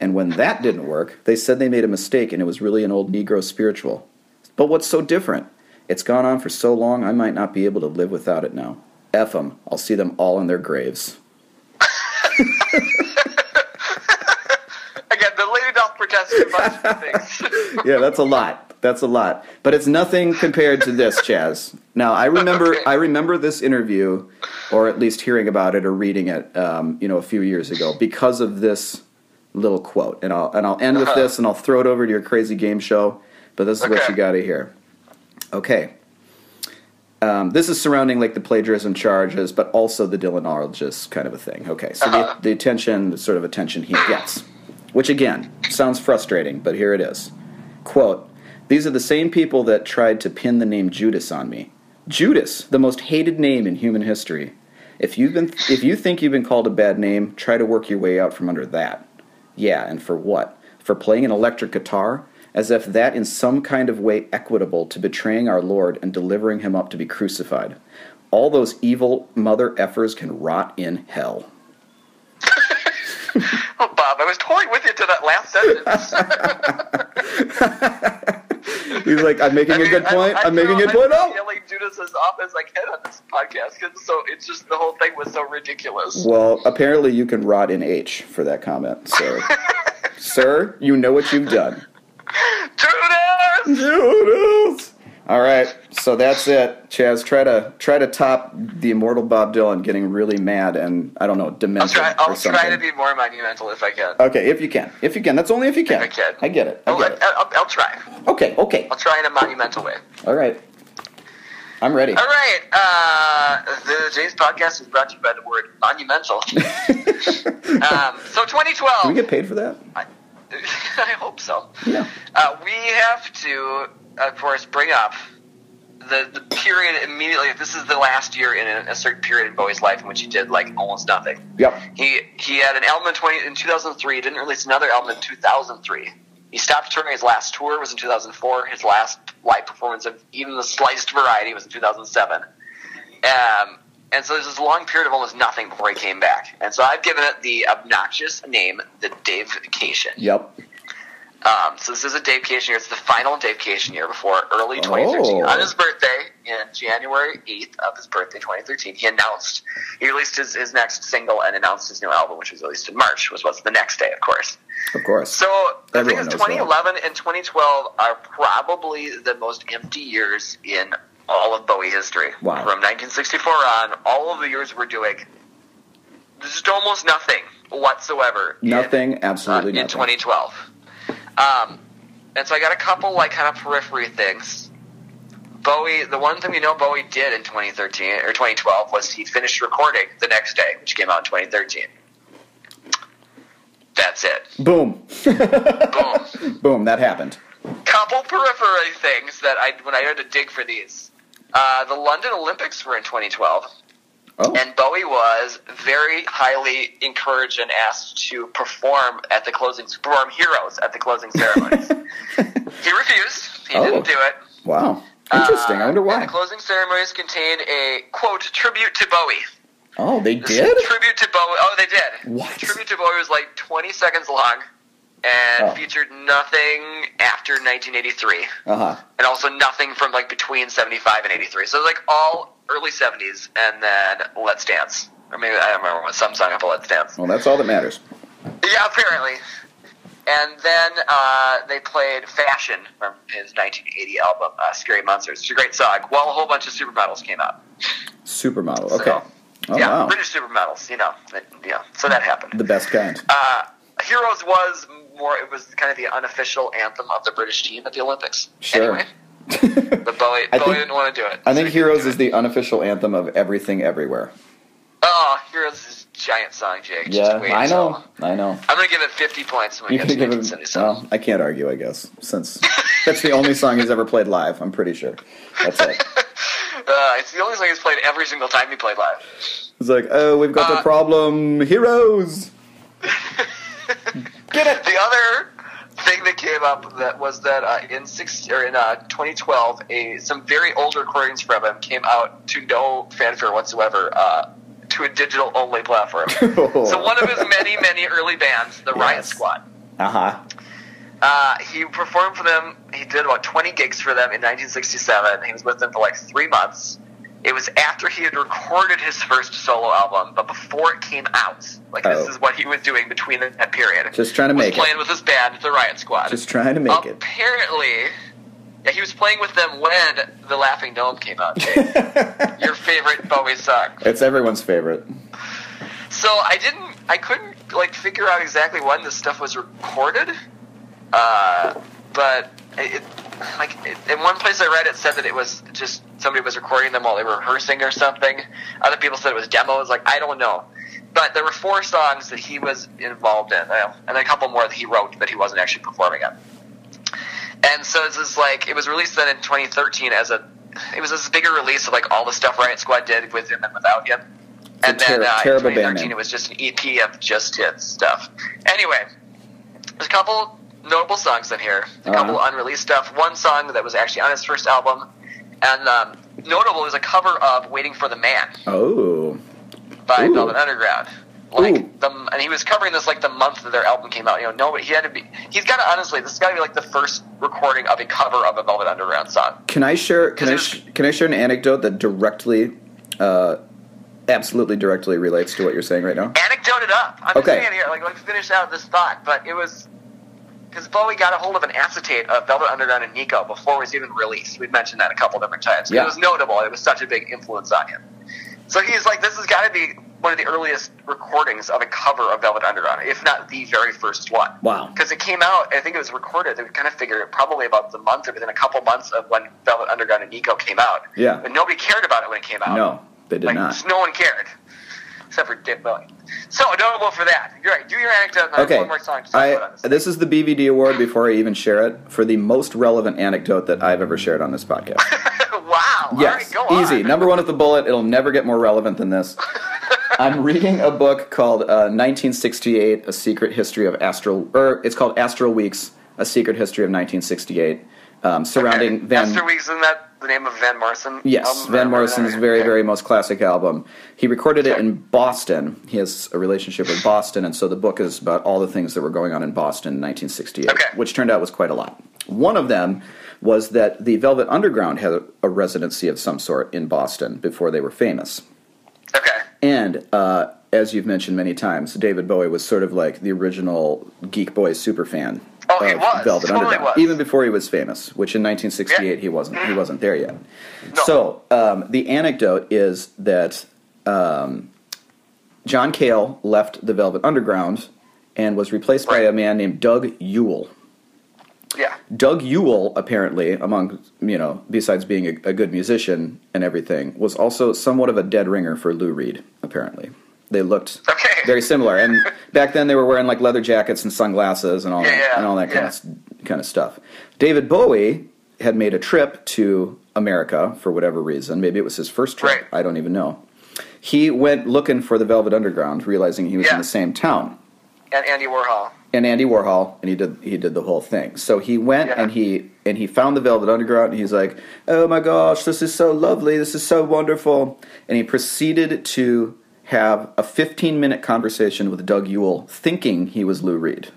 And when that didn't work, they said they made a mistake and it was really an old Negro spiritual. But what's so different? It's gone on for so long, I might not be able to live without it now. F 'em. I'll see them all in their graves. Again, the lady doth protest too much for things. yeah, that's a lot. That's a lot. But it's nothing compared to this, Chaz. Now I remember Okay. I remember this interview, or at least hearing about it or reading it, um, you know, a few years ago because of this little quote. And I'll and I'll end Uh-huh. with this, and I'll throw it over to your crazy game show. But this is what Okay. you got to hear. Okay. Um, this is surrounding like the plagiarism charges, but also the Dylanologist kind of a thing. Okay, so Uh-huh. the, the attention, the sort of attention he gets, which again sounds frustrating, but here it is. Quote: These are the same people that tried to pin the name Judas on me. Judas, the most hated name in human history. If you've been, if you think you've been called a bad name, try to work your way out from under that. Yeah, and for what? For playing an electric guitar? As if that in some kind of way equitable to betraying our Lord and delivering him up to be crucified. All those evil mother effers can rot in hell. Oh, Bob, I was toying with you to that last sentence. He's like, I'm making I mean, a good I- point. I, I, am making feel- a good point. I feel Oh! yelling Judas as often as I can on this podcast 'cause so it's just the whole thing was so ridiculous. Well, apparently you can rot in H for that comment, sir. sir, you know what you've done. Judas! Noodles. All right, so that's it, Chaz. Try to try to top the immortal Bob Dylan getting really mad and I don't know I'll demented try. or I'll something. try to be more monumental if I can. okay, if you can, if you can. That's only if you can. I can. get it. I I'll, get it. I'll, I'll try. Okay. Okay. I'll try in a monumental way. All right. I'm ready. All right. Uh, the James podcast is brought to you by the word monumental. um, so Do we 2012. get paid for that? I, I hope so. No. Uh, we have to, of course, bring up the, the period immediately. This is the last year in a, a certain period in Bowie's life in which he did like almost nothing. Yep. He he had an album in twenty in two thousand three. Didn't release another album in two thousand three. He stopped touring. His last tour was in two thousand four. His last live performance of even the sliced variety was in two thousand seven. Um, and so there's this long period of almost nothing before he came back. And so I've given it the obnoxious name, the Davecation. Yep. Um, so this is a Davecation year. It's the final Davecation year before early 2013. Oh. On his birthday, in January 8th of his birthday, 2013, he announced he released his, his next single and announced his new album, which was released in March, which was the next day, of course. Of course. So the thing Everyone is, knows 2011 and 2012 are probably the most empty years in all of Bowie history. Wow. From 1964 on, all of the years we're doing just almost nothing whatsoever. in- nothing. Absolutely uh, in nothing. 2012. Um, and so I got a couple like kind of periphery things. Bowie, the one thing we know Bowie did in 2013 or 2012 was he finished recording the next day, which came out in 2013. That's it. Boom. Boom. Boom. That happened. couple periphery things that I when I had to dig for these. Uh, the London Olympics were in 2012, Oh. and Bowie was very highly encouraged and asked to perform at the closing perform heroes at the closing ceremonies. He refused. He Oh. didn't do it. wow. Interesting. I wonder Uh, and why. The closing ceremonies contained a quote tribute to Bowie. Oh, they This did. tribute to Bowie? Oh, they did. What? Tribute to Bowie was like 20 seconds long, and Oh. featured nothing after 1983, Uh huh. and also nothing from like between 75 and 83. So it was like all early 70s, and then Let's Dance, or maybe I don't remember what some song after Let's Dance. Well, that's all that matters. Yeah, apparently. And then uh, they played "Fashion" from his 1980 album uh, "Scary Monsters." It's a great song. While a whole bunch of supermodels came out. Supermodel. So, Okay. Oh yeah, wow. British supermodels. You know, that- yeah. So that happened. The best kind. Uh, "Heroes" was more. It was kind of the unofficial anthem of the British team at the Olympics. Sure. Anyway, the Bowie, I Bowie think- didn't want to do it. I think Heroes is the unofficial anthem of everything everywhere. Oh, "Heroes" is a giant song, Jake. Just Yeah, wait I until- know. I know. I'm gonna give it 50 points when we You get to could give him. oh. 1977. Well, I can't argue, I guess, since that's the only song he's ever played live. I'm pretty sure. That's it. Uh, it's the only song he's played every single time he played live. It's like, oh, we've got the Uh, problem, heroes. Get it. The other thing that came up that was that uh, in six or in uh, 2012, a, some very old recordings from him came out to no fanfare whatsoever uh, to a digital only platform. so one of his many, many early bands, the Riot Yes. Squad. Uh huh. Uh, he performed for them. He did about 20 gigs for them in 1967. He was with them for like three months. It was after he had recorded his first solo album, but before it came out. Like this Oh. is what he was doing between that period. Just trying to was make it. playing Oh, with his band, the Riot Squad. Just trying to make it. Apparently, yeah, he was playing with them when the Laughing Gnome came out. Jake. Your favorite Bowie song. It's everyone's favorite. So I didn't, I couldn't like figure out exactly when this stuff was recorded, uh, but It, it, like it, in one place I read it said that it was just somebody was recording them while they were rehearsing or something. Other people said it was demos. Like I don't know, but there were four songs that he was involved in, uh, and a couple more that he wrote that he wasn't actually performing on. And so this is like it was released then in 2013 as a it was this bigger release of like all the stuff Riot Squad did with him and without him. a And then ter- uh, in terrible band 2013 name. it was just an EP of just his stuff. Anyway, there's a couple notable songs in here, a Uh-huh. couple unreleased stuff. One song that was actually on his first album, and um, notable was a cover of "Waiting for the Man" Oh, by Ooh. Velvet Underground. Like Ooh. the, and he was covering this like the month that their album came out. You know, no, he had to be. He's got to honestly. This has got to be like the first recording of a cover of a Velvet Underground song. can I share? Can I, Because sh- can I share an anecdote that directly, uh, absolutely directly relates to what you're saying right now? Anecdote it up. I'm Okay. just saying here. Like, let me finish out this thought. But it was because Bowie got a hold of an acetate of Velvet Underground and Nico before it was even released. We've mentioned that a couple different times. Yeah. It was notable. It was such a big influence on him. So he's like, this has got to be one of the earliest recordings of a cover of Velvet Underground, if not the very first one. Wow. because it came out. I think it was recorded. They kind of figured it probably about the month or within a couple months of when Velvet Underground and Nico came out. Yeah. but nobody cared about it when it came out. No, they did like not. no one cared except for Dick Bowie. So notable for that. You're right. Do your anecdote. And I have Okay, one more song to talk about I, on this. this is the BVD award before I even share it for the most relevant anecdote that I've ever shared on this podcast. wow. Yes, All right, go easy. on. Number one at the bullet. It'll never get more relevant than this. I'm reading a book called uh, 1968: A Secret History of Astral, or it's called Astral Weeks: A Secret History of 1968, um, surrounding Okay. Van. Esther Weeks, isn't that the name of Van Morrison? Yes, album? Van Morrison's very, Okay. very most classic album. He recorded it Sure. in Boston. He has a relationship with Boston, and so the book is about all the things that were going on in Boston in 1968, Okay. which turned out was quite a lot. One of them was that the Velvet Underground had a residency of some sort in Boston before they were famous. Okay. And uh, as you've mentioned many times, David Bowie was sort of like the original Geek Boy superfan Oh, he of was. Velvet Totally Underground, was. even before he was famous. Which in 1968 Yeah. he wasn't. He wasn't there yet. No. So um, the anecdote is that um, John Cale left the Velvet Underground and was replaced by Right. a man named Doug Yule. Yeah. Doug Yule, apparently, among you know, besides being a, a good musician and everything, was also somewhat of a dead ringer for Lou Reed. Apparently, they looked Okay. very similar, and back then they were wearing like leather jackets and sunglasses and all Yeah, that, yeah, and all that yeah. kind of kind of stuff. David Bowie had made a trip to America for whatever reason. Maybe it was his first trip. Right. I don't even know. He went looking for the Velvet Underground, realizing he was in Yeah. the same town and Andy Warhol. and Andy Warhol, and he did he did the whole thing. So he went Yeah. and he and he found the Velvet Underground, and he's like, "Oh my gosh, this is so lovely, this is so wonderful," and he proceeded to have a 15 minute conversation with Doug Yule, thinking he was Lou Reed.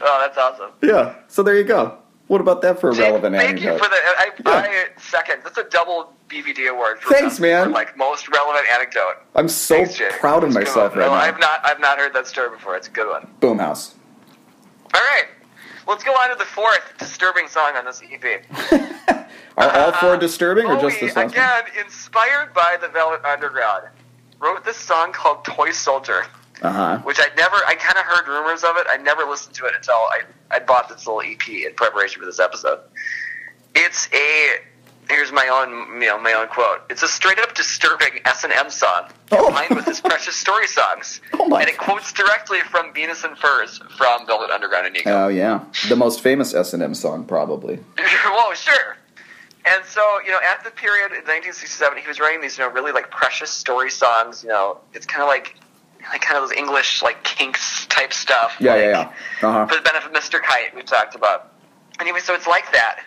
Oh, that's awesome. Yeah. So there you go. What about that for a Jake, relevant thank you anecdote? for the I, Yeah. I second. That's a double BVD award. For Thanks, best- man. for, like most relevant anecdote. I'm so Thanks, Jake. proud of It's a good myself one. right no, now. I've not I've not heard that story before. It's a good one. Boomhouse. All right, let's go on to the fourth disturbing song on this E EP. Are all four Uh, disturbing or just Bowie, this last again, inspired by the Velvet Underground, wrote this song called "Toy Soldier," one? Uh huh. which I never. I kind of heard rumors of it. I never listened to it until I I bought this little EP in preparation for this episode. It's a here's my own you know my own quote. It's a straight up disturbing S and M song Oh. combined with his precious story songs, Oh my and it quotes directly from Venus and Furs from Velvet Underground and Nico. Oh yeah, the most famous S and M song probably. Whoa, sure. And so, you know, at the period in 1967, he was writing these, you know, really like precious story songs. You know, it's kind of like, like kind of those English like kinks type stuff. Yeah, like, yeah, yeah. Uh For huh. the benefit of Mr. Kite, we talked about. Anyway, so it's like that,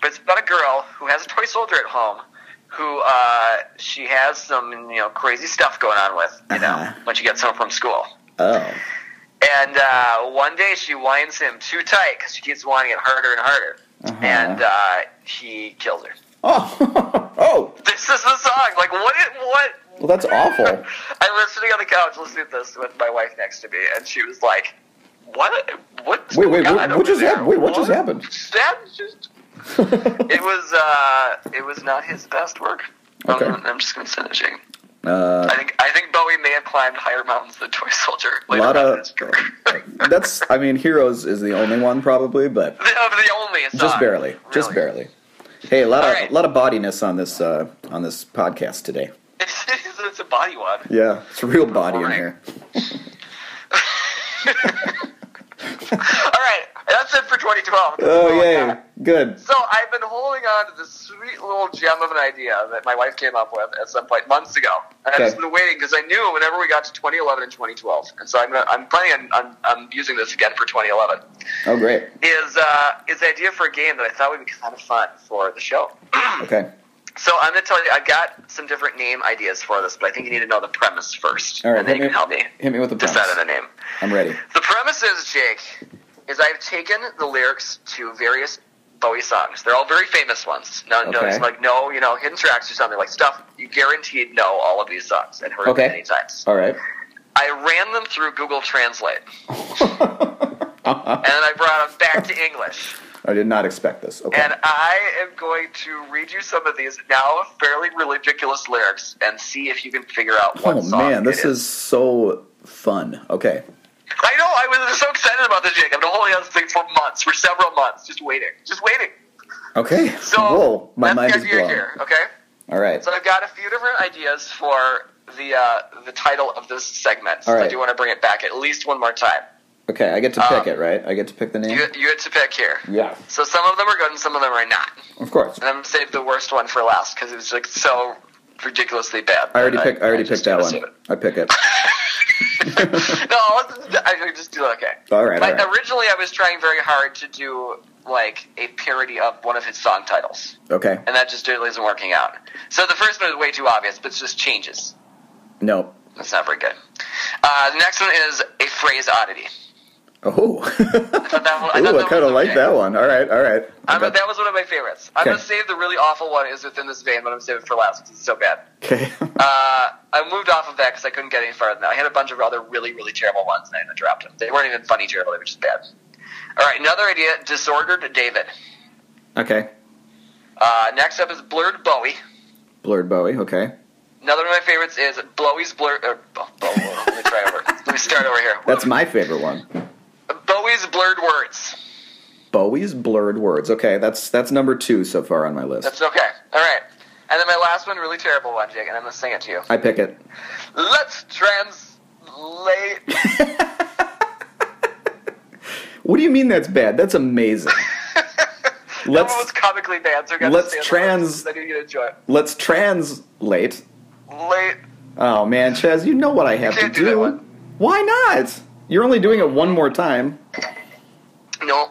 but it's about a girl who has a toy soldier at home, who uh, she has some, you know, crazy stuff going on with, you Uh-huh. know, when she gets home from school. Oh. And uh, one day she winds him too tight because she keeps winding it harder and harder. Uh-huh. And uh, he kills her. Oh, oh, This is the song. Like, what? It, what? well, that's awful. I was sitting on the couch listening to this with my wife next to me, and she was like, "What? What? Wait, wait, God, what- what over just there? happened? Wait, what just happened?" That just. it was. uh It was not his best work. Okay. I'm, I'm just gonna send it to you. Uh, I think I think Bowie may have climbed higher mountains than Toy Soldier. a later lot on in of his career. uh, that's. I mean, Heroes is the only one probably, but the, of the only song, just barely, just really. barely. Hey, a lot All of right. a lot of bodiness on this uh, on this podcast today. It's, it's a body one. Yeah, it's real body in Alright. here. All right, that's it for 2012. Oh That's all I yay, got. good. So I've been holding on to this sweet little gem of an idea that my wife came up with at some point months ago, and I've just Okay. been waiting because I knew whenever we got to 2011 and 2012, and so I'm gonna, I'm planning on, on, on using this again for 2011. Oh great. Is uh, is the idea for a game that I thought would be kind of fun for the show. Okay. So I'm gonna tell you, I've got some different name ideas for this, but I think you need to know the premise first, All right. and then Hit you can help me, me hit me with the decide on premise. a name. I'm ready. The premise is, Jake, is I've taken the lyrics to various Bowie songs. They're all very famous ones. No, no, Okay. it's like no, you know, hidden tracks or something like stuff. You guaranteed know all of these songs and heard Okay. them many times. All right. I ran them through Google Translate, and then I brought them back to English. I did not expect this. Okay. And I am going to read you some of these now fairly ridiculous lyrics and see if you can figure out what oh song man, this it is so fun. Okay. I know. I was so excited about this, Jake. I've been holding on to this thing for months, for several months, just waiting, just waiting. Okay. So Whoa, my that's mind the is idea blown. here. Okay, All right. so I've got a few different ideas for the uh, the title of this segment. So All I right. do want to bring it back at least one more time. Okay, I get to pick Um, it, right? I get to pick the name. You you had to pick here. yeah, So some of them are good and some of them are not. of course. And I'm gonna save the worst one for last because it was like so ridiculously bad. I already that picked. I already just picked that gotta save one. I pick it. it. no, let's- I should just do okay. All right. All Like, right. originally, I was trying very hard to do like a parody of one of his song titles, Okay. and that just really isn't working out. So the first one is way too obvious, but it's just changes. No. That's not very good. Uh, the next one is a phrase oddity. Oh. I thought that one- I Ooh, thought I that kind of was like okay. that one. All right. All right. I I'm, got- that was one of my favorites. I'm Okay. gonna save the really awful one is within this vein, but I'm gonna save it for last because it's so bad. okay. Uh, I moved off of that because I couldn't get any farther. than that. I had a bunch of other really, really terrible ones, and I ended up dropped them. They weren't even funny, terrible. They were just bad. All right, another idea: disordered David. okay. Uh, next up is blurred Bowie. Blurred Bowie. Okay. Another one of my favorites is Bowie's blurred. Or, Bo- Bo- let me try over. Let me start over here. That's my favorite one. Bowie's blurred words. Bowie's blurred words. Okay, that's that's number two so far on my list. That's okay. All right. And then my last one, really terrible one, Jake, and I'm gonna sing it to you. I pick it. Let's translate. What do you mean that's bad? That's amazing. that one was let's comically bad, so I got let's to stay on the trans- list. I knew you'd enjoy it. let's translate. Late. Oh man, Chaz, you know what I have can't to do that do. one. Why not? You're only doing it one more time. No.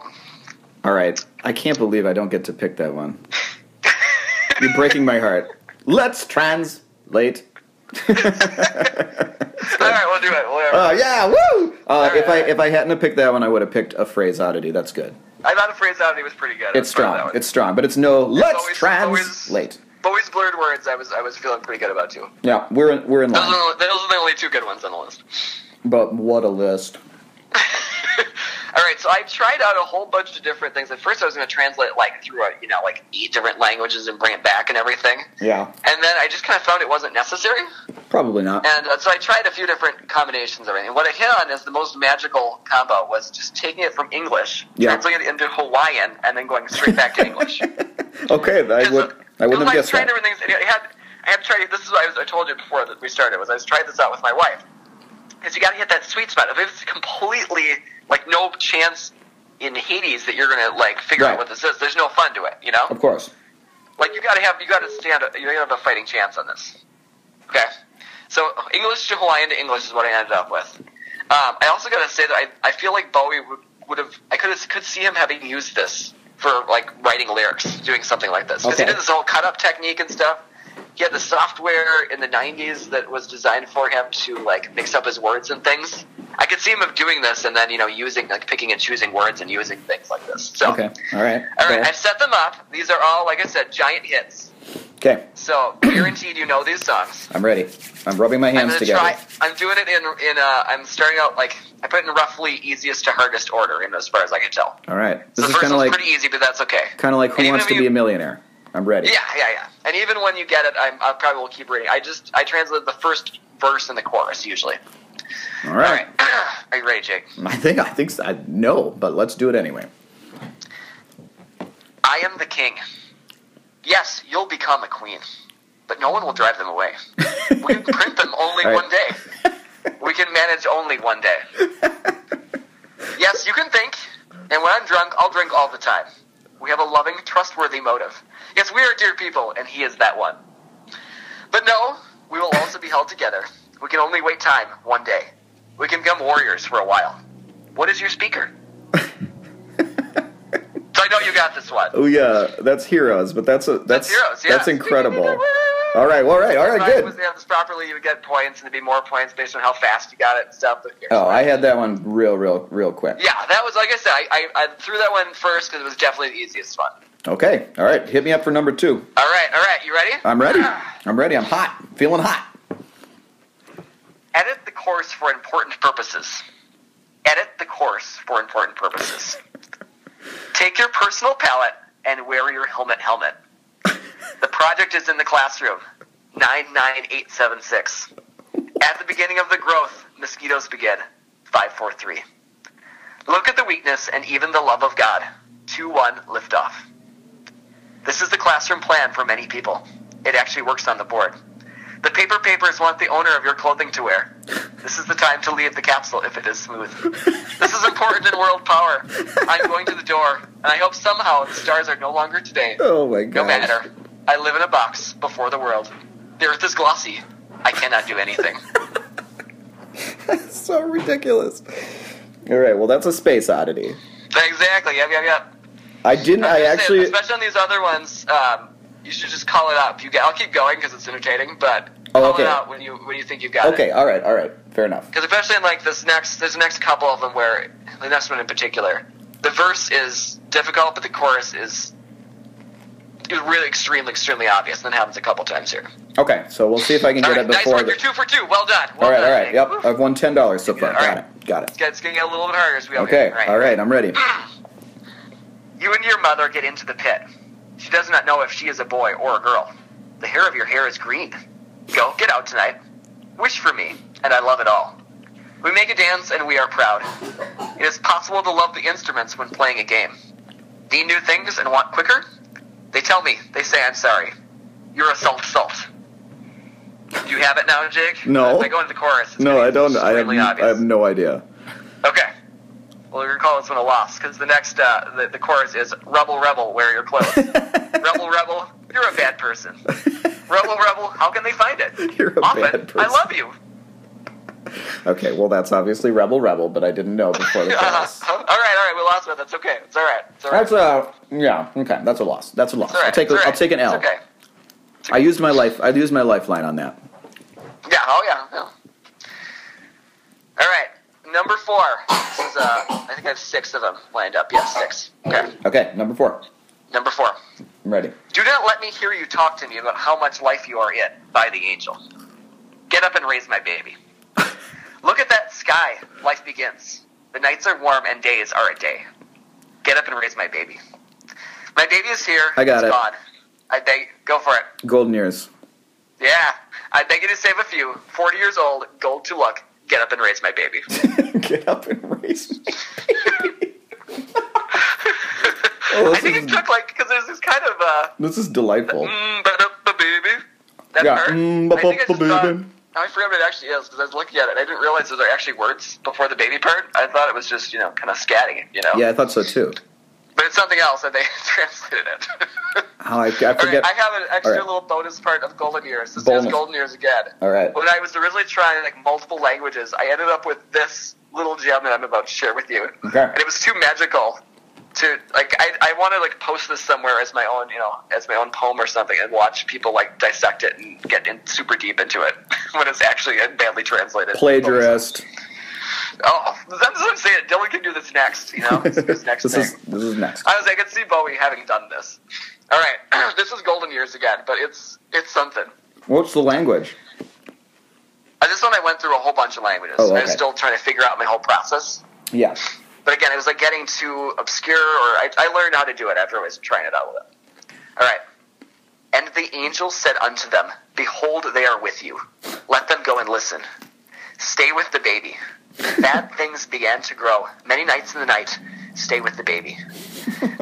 All right. I can't believe I don't get to pick that one. You're breaking my heart. Let's translate. All right, we'll do it. We'll do it. Oh yeah, woo! Uh, if I right. if I hadn't have picked that one, I would have picked a phrase oddity. That's good. I thought the phrase out. It was pretty good. I It's was proud of that strong. one. It's strong, but it's no. Let's always- always- translate. Bowie's blurred words. I was I was feeling pretty good about too. Yeah, we're in, we're in Those line. are, the- those are the only two good ones on the list. But what a list! All right, so I tried out a whole bunch of different things. At first, I was going to translate like through a, you know like eight different languages and bring it back and everything. Yeah, And then I just kind of found it wasn't necessary. probably not. And uh, so I tried a few different combinations of everything. What I hit on is the most magical combo was just taking it from English, Yeah. translating it into Hawaiian, and then going straight back to English. Okay, I Because would I it was wouldn't have like guessed trying that. everything. I had I had tried. This is what I, was, I told you before that we started was I was trying this out with my wife because you got to hit that sweet spot. If it's completely like no chance in Hades that you're gonna like figure Right. out what this is, there's no fun to it. You know, Of course. like you gotta have you gotta stand. You gotta have a fighting chance on this. Okay, so English to Hawaiian to English is what I ended up with. Um, I also gotta say that I, I feel like Bowie would, would have I could could see him having used this for like writing lyrics, doing something like this because Okay. he did this whole cut up technique and stuff. He had the software in the '90s that was designed for him to like mix up his words and things. I could see him of doing this and then you know using like picking and choosing words and using things like this. So Okay. All right. all right, Fair. I've set them up. These are all, like I said, giant hits. Okay. So guaranteed, you know these songs. I'm ready. I'm rubbing my I'm hands gonna together. try. I'm doing it in in. Uh, I'm starting out like I put it in roughly easiest to hardest order, in as far as I can tell. All right. so This is the first kind of one's like pretty easy, but that's okay. kind of like And Who even Wants if to you- Be a Millionaire? I'm ready. Yeah, yeah, yeah. And even when you get it, I'm, I probably will keep reading. I just I translate the first verse in the chorus usually. All right. All right, are you ready, Jake? I think I think so. I no, but let's do it anyway. I am the king. Yes, you'll become a queen, but no one will drive them away. We can print them only All right. one day. We can manage only one day. Yes, you can think, and when I'm drunk, I'll drink all the time. We have a loving, trustworthy motive. Yes, we are dear people, and he is that one. But no, we will also be held together. We can only wait time one day. We can become warriors for a while. What is your speaker? so I know you got this one. Oh yeah, that's heroes, but that's a that's that's, heroes, yeah. incredible. all right, well, all right, all If right, I was good. to have this properly, you would get points, and there'd be more points based on how fast you got it and stuff. But here's- Oh, I had that one real, real, real quick. yeah, that was like I said. I, I, I threw that one first because it was definitely the easiest one. Okay, all right, hit me up for number two. All right, all right, you ready? I'm ready. Ah. I'm ready. I'm hot. Feeling hot. Edit the course for important purposes. Edit the course for important purposes. Take your personal palette and wear your helmet helmet. The project is in the classroom. 99876. At the beginning of the growth, mosquitoes begin. 543. Look at the weakness and even the love of God. 2 1 liftoff. This is the classroom plan for many people. It actually works on the board. The paper papers want the owner of your clothing to wear. This is the time to leave the capsule if it is smooth. This is important in world power. I'm going to the door, and I hope somehow the stars are no longer today. Oh my No god. matter. I live in a box before the world. The earth is glossy. I cannot do anything. so ridiculous. All right, well, that's a space oddity. exactly. Yep, yep, yep. I didn't. I Just saying, actually. especially on these other ones, um, you should just call it up. You, get- I'll keep going because it's entertaining, but Oh, call okay. it out when you when you think you've got Okay. All right. All right. Fair enough. Because especially in like this next, there's the next couple of them where the next one in particular, the verse is difficult, but the chorus is is really extremely extremely obvious, and it happens a couple times here. Okay. So we'll see if I can All get right, it nice before. work. the- You're two for two. Well done. Well all right. done, All right. Nick. Yep. Woo. I've won ten dollars so far. All right. Got it. Got it. Yeah, It's gonna get a little bit harder as we go. Okay. here. Right. Ah, All right. I'm ready. You and your mother get into the pit. She does not know if she is a boy or a girl. The hair of your hair is green. Go, get out tonight. Wish for me, and I love it all. We make a dance, and we are proud. It is possible to love the instruments when playing a game. Need new things and want quicker? They tell me. They say I'm sorry. You're a salt salt. Do you have it now, Jake? No. If I go into the chorus. it's No, gonna be I don't. I have, extremely I obvious. have no idea. Okay. Well, we're gonna call this one a loss because the next uh, the, the chorus is "Rebel, rebel, wear your clothes." rebel, rebel, you're a bad person. Rebel, rebel, how can they find it? You're a Often, bad person. I love you. Okay. Well, that's obviously Rebel Rebel, but I didn't know before the chorus. all right, all right, we lost one. That's okay. It's all right. It's all right. That's a yeah. Okay. That's a loss. That's a loss. It's all right. I'll take. A, It's all right. will take an L. It's okay. I used my life. I used my lifeline on that. Yeah. Oh yeah. yeah. All right. Number four. This is uh, I think I have six of them lined up. Yes, six. Okay. Okay. Number four. Number four. I'm ready. Do not let me hear you talk to me about how much life you are in by the angel. Get up and raise my baby. Look at that sky. Life begins. The nights are warm and days are a day. Get up and raise my baby. My baby is here. I got It's it. Gone. I beg. Go for it. Golden years. Yeah. I beg you to save a few. Forty years old. Gold to luck. Get up and raise my baby. Get up and raise me. oh, I this, think is, it took like because there's this kind of uh. this is delightful. Mm, ba-da-ba, baby. That Yeah, part. mm, ba-ba-ba, I think I just thought- baby. now I forgot what it actually is because I was looking at it. I didn't realize those are actually words before the baby part. I thought it was just you know kind of scatting it, you know. Yeah, I thought so too. But it's something else, and they translated it. Oh, I, I All right, forget. I have an extra All right. little bonus part of golden years. This Bonus. is golden years again. All right. When I was originally trying like multiple languages, I ended up with this little gem that I'm about to share with you Okay. and it was too magical to like I, I want to like post this somewhere as my own you know as my own poem or something and watch people like dissect it and get in super deep into it when it's actually a badly translated Plagiarist. oh that's what I'm saying Dylan can do this next you know It's his next this thing is this is next. I was I could see Bowie having done this all right this is golden years again but it's it's something What's the language? Uh, this one I went through a whole bunch of languages Oh, I was okay. still trying to figure out my whole process Yeah. But again, it was like getting too obscure, or I, I learned how to do it after I was trying it out with it. All right. the angel said unto them, Behold, they are with you. Let them go and listen. Stay with the baby. Bad things began to grow. Many nights in the night, stay with the baby.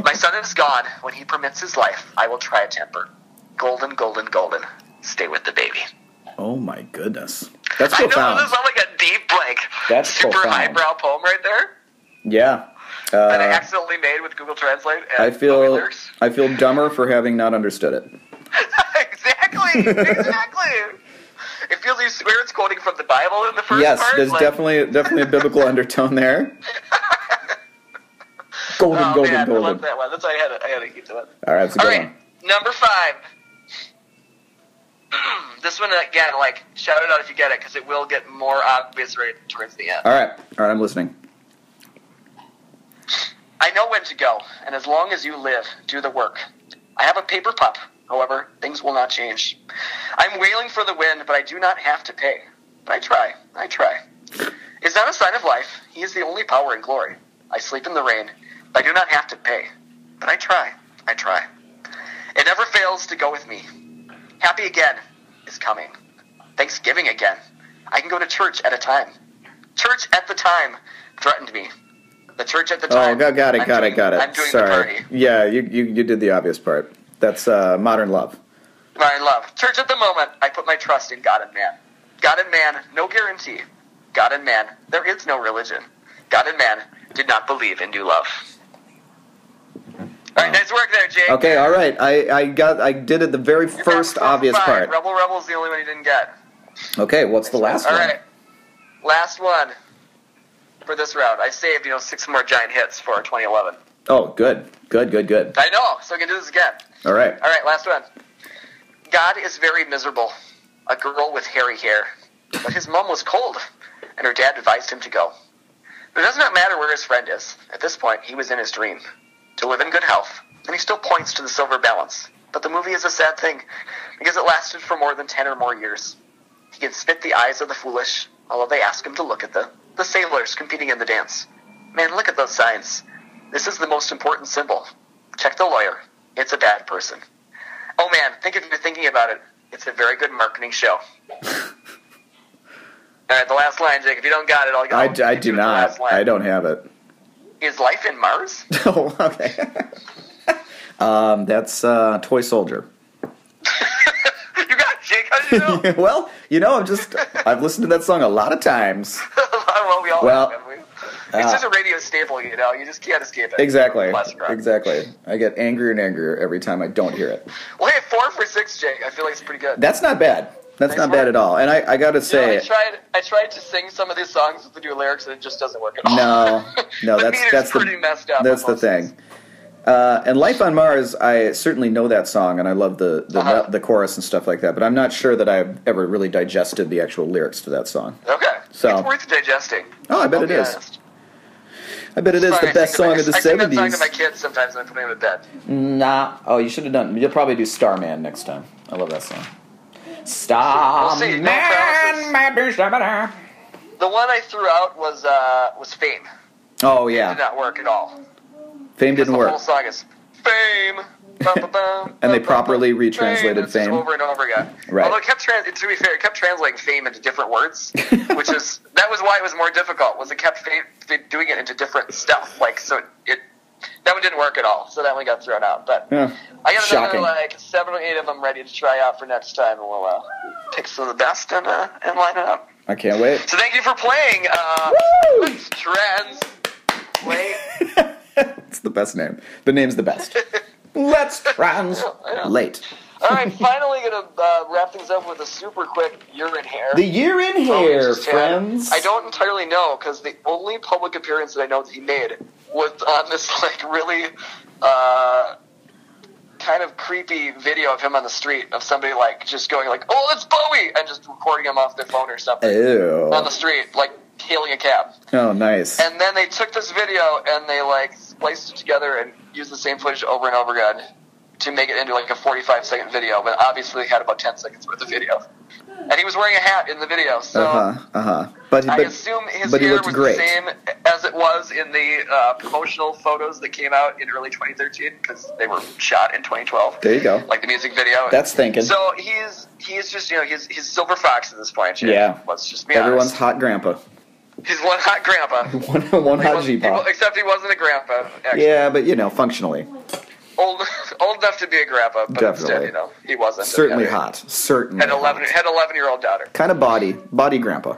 My son is gone. When he permits his life, I will try a temper. Golden, golden, golden. Stay with the baby. Oh my goodness, that's I know profound. this sounds like a deep, like, That's super profound. highbrow poem right there yeah, that I uh, accidentally made with Google Translate. And I Bowie feel lyrics. I feel dumber for having not understood it. exactly, exactly. It feels you swear it's quoting from the Bible in the first yes, part. there's like, definitely definitely a biblical undertone there. Golden, oh, golden, man, I love golden. that one. That's why I had to, I had to keep to it. All right, that's a good All right, one. number five. this one again, like shout it out if you get it, because it will get more obvious right towards the end. All right, all right, I'm listening. I know when to go, and as long as you live, do the work. I have a paper pup, however, things will not change. I'm wailing for the wind, but I do not have to pay. But I try, I try. It's not a sign of life. He is the only power and glory. I sleep in the rain, but I do not have to pay. But I try, I try. It never fails to go with me. Happy again is coming. Thanksgiving again. I can go to church at a time. Church at the time threatened me. The church at the Oh, time. got, got it, I'm got doing- it, got it. I'm doing the Sorry. party. Yeah, you, you you did the obvious part. That's uh, modern love. My love. Church at the moment, I put my trust in God and man. God and man, no guarantee. God and man, there is no religion. God and man did not believe in new love. All right, Wow. nice work there, Jake. Okay, all right. I, I got I did it the very You're back first to number obvious five. part. Rebel Rebel's the only one he didn't get. Okay, what's the last All one? right. Last one for this round. I saved, you know, six more giant hits for 2011. Oh, good, good, good, good. I know, so I can do this again. All right. All right, last one. God is very miserable. A girl with hairy hair. But his mom was cold, and her dad advised him to go. It does not matter where his friend is. At this point, he was in his dream. To live in good health, and he still points to the silver balance. But the movie is a sad thing, because it lasted for more than ten or more years. He can spit the eyes of the foolish, although they ask him to look at the, the sailors competing in the dance. Man, look at those signs. This is the most important symbol. Check the lawyer. It's a bad person. Oh man, think if you're thinking about it, it's a very good marketing show. All right, the last line, Jake. If you don't got it, I'll go. I, d- I Hit you do with the not. last line. I don't have it. Is life in Mars? oh, okay. um, that's uh, Toy Soldier. you got it, Jake. How did you know? well, you know, I'm just I've listened to that song a lot of times. well, we all Well, have, haven't we? It's uh, just a radio staple, you know. You just can't escape it. Exactly. Classic rock. Exactly. I get angrier and angrier every time I don't hear it. Well, hey, four for six, Jake. I feel like it's pretty good. That's not bad. That's Nice not bad work. at all. And I, I You know, gotta say, I tried. I tried to sing some of these songs with the new lyrics, and it just doesn't work at all. no, no, The that's meter's that's pretty the messed up that's on the most of these. thing. Uh, and Life on Mars, I certainly know that song, and I love the the, Uh-huh. the chorus and stuff like that. But I'm not sure that I've ever really digested the actual lyrics to that song. Okay. So- it's worth digesting. Oh, I bet I'll it be is. honest. I bet it is Sorry, the I best sing to song my- of the I sing that song to my '70s. kids sometimes when I put them to bed. Nah. Oh, you should have done. You'll probably do Starman next time. I love that song. Starman, No promises. my boo, shabba-da. The one I threw out was uh, was Fame. Oh Did yeah, not work at all. Because Fame didn't the work. whole song is Fame. And they properly retranslated It's just Fame. over and over again. Right. Although it kept trans- to be fair, it kept translating fame into different words, which is that was why it was more difficult. Was it kept fame, doing it into different stuff? Like so, it that one didn't work at all. So that one got thrown out. But Yeah. I got another Shocking. like seven or eight of them ready to try out for next time, and we'll uh, pick some of the best and uh, and line it up. I can't wait. So thank you for playing. Uh, Trends. Wait. it's the best name. The name's the best. Let's translate. All right, finally gonna uh, wrap things up with a super quick urine hair. The year in Oh, we here, just had- friends. I don't entirely know because the only public appearance that I know that he made was on this like really uh, kind of creepy video of him on the street of somebody like just going like, "Oh, it's Bowie," and just recording him off their phone or something on the Ew. street, like hailing a cab. Oh, nice. And then they took this video and they like spliced it together and used the same footage over and over again to make it into like a 45 second video, but obviously had about 10 seconds worth of video. and he was wearing a hat in the video. So Uh huh. Uh huh. But I but assume his but he hair looked was the great. same as it was in the uh, promotional photos that came out in early 2013 because they were shot in 2012. There you go. Like the music video. That's thinking. So he's he's just you know he's he's silver fox at this point. Jake. Yeah. Let's just be Everyone's honest. hot grandpa. He's one hot grandpa. One one He hot wasn't- G-pop. he- Except he wasn't a grandpa. Actually. Yeah, but you know, functionally, Old old enough to be a grandpa, but instead Definitely. you know he wasn't. certainly Yeah. hot. Certainly. Had eleven had eleven year old daughter. Kind of body, body grandpa.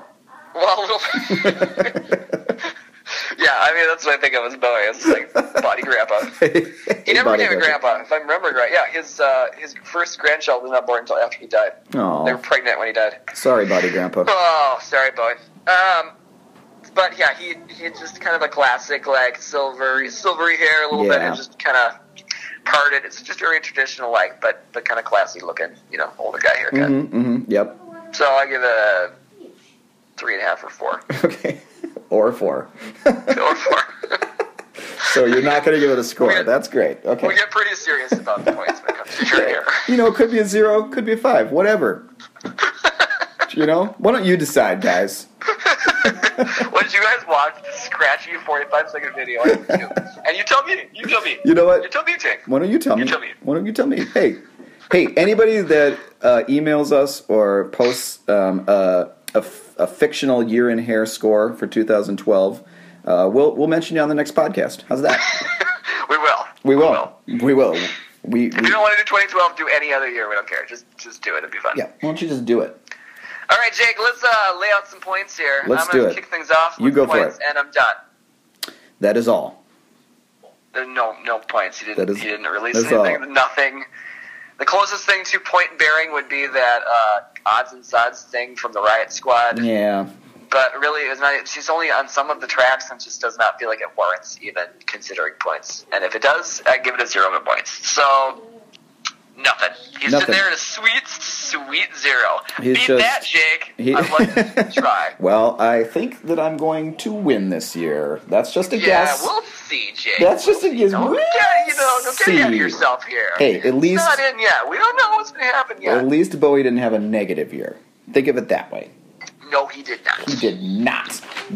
Well, a little. yeah, I mean that's what I think of as Bowie. It's like body grandpa. He never Body became a grandpa, if I'm remembering right. Yeah, his uh, his first grandchild was not born until after he died. They were Aw, pregnant when he died. sorry, body grandpa. Oh, sorry, Bowie. Um, but yeah, he he's just kind of a classic, like silvery silvery hair, a little bit, Yeah. and just kind of parted. It's just very traditional, like, but but kind of classy looking, you know, older guy haircut. hmm hmm Yep. So I give it a three and a half or four Okay. Or four. or four. So you're not going to give it a score. We're- That's great. We Okay. get pretty serious about the points when it comes to your hair. You know, it could be a zero, could be a five, whatever. You know, why don't you decide, guys? What did you guys watch? This scratchy 45 second video on YouTube. And you tell me, you tell me, You know what? you tell me, Jake. Why don't you tell You me? tell me. Why don't you tell me? Hey, hey, anybody that uh, emails us or posts um, uh, a, f- a fictional year in hair score for 2012, uh, we'll we'll mention you on the next podcast. How's that? We will. We will. We will. We. If you we don't want to do 2012, do any other year. We don't care. Just, just do it. It'd be fun. yeah. Why don't you just do it? All right, Jake. Let's uh, lay out some points here. Let's I'm gonna do it. kick things off. You with go for points, it. And I'm done. That is all. There's no, no points. He didn't. That is- he didn't release that's anything. all. Nothing. The closest thing to point bearing would be that uh, odds and sods thing from the Riot Squad. Yeah. but really it was not she's only on some of the tracks and just does not feel like it warrants even considering points and if it does i give it a zero in points so nothing he's Nothing. sitting there at a sweet sweet zero He's beat just- that jake he- i'd like to try Well, I think that I'm going to win this year. That's just a yeah guess. we'll see jake That's just a guess. don't We'll get, you know, don't get ahead see. of yourself here. Hey, at least- it's not in yet. We don't know what's going to happen yet. At least Bowie didn't have a negative year. Think of it that way. no, he did not. He did not.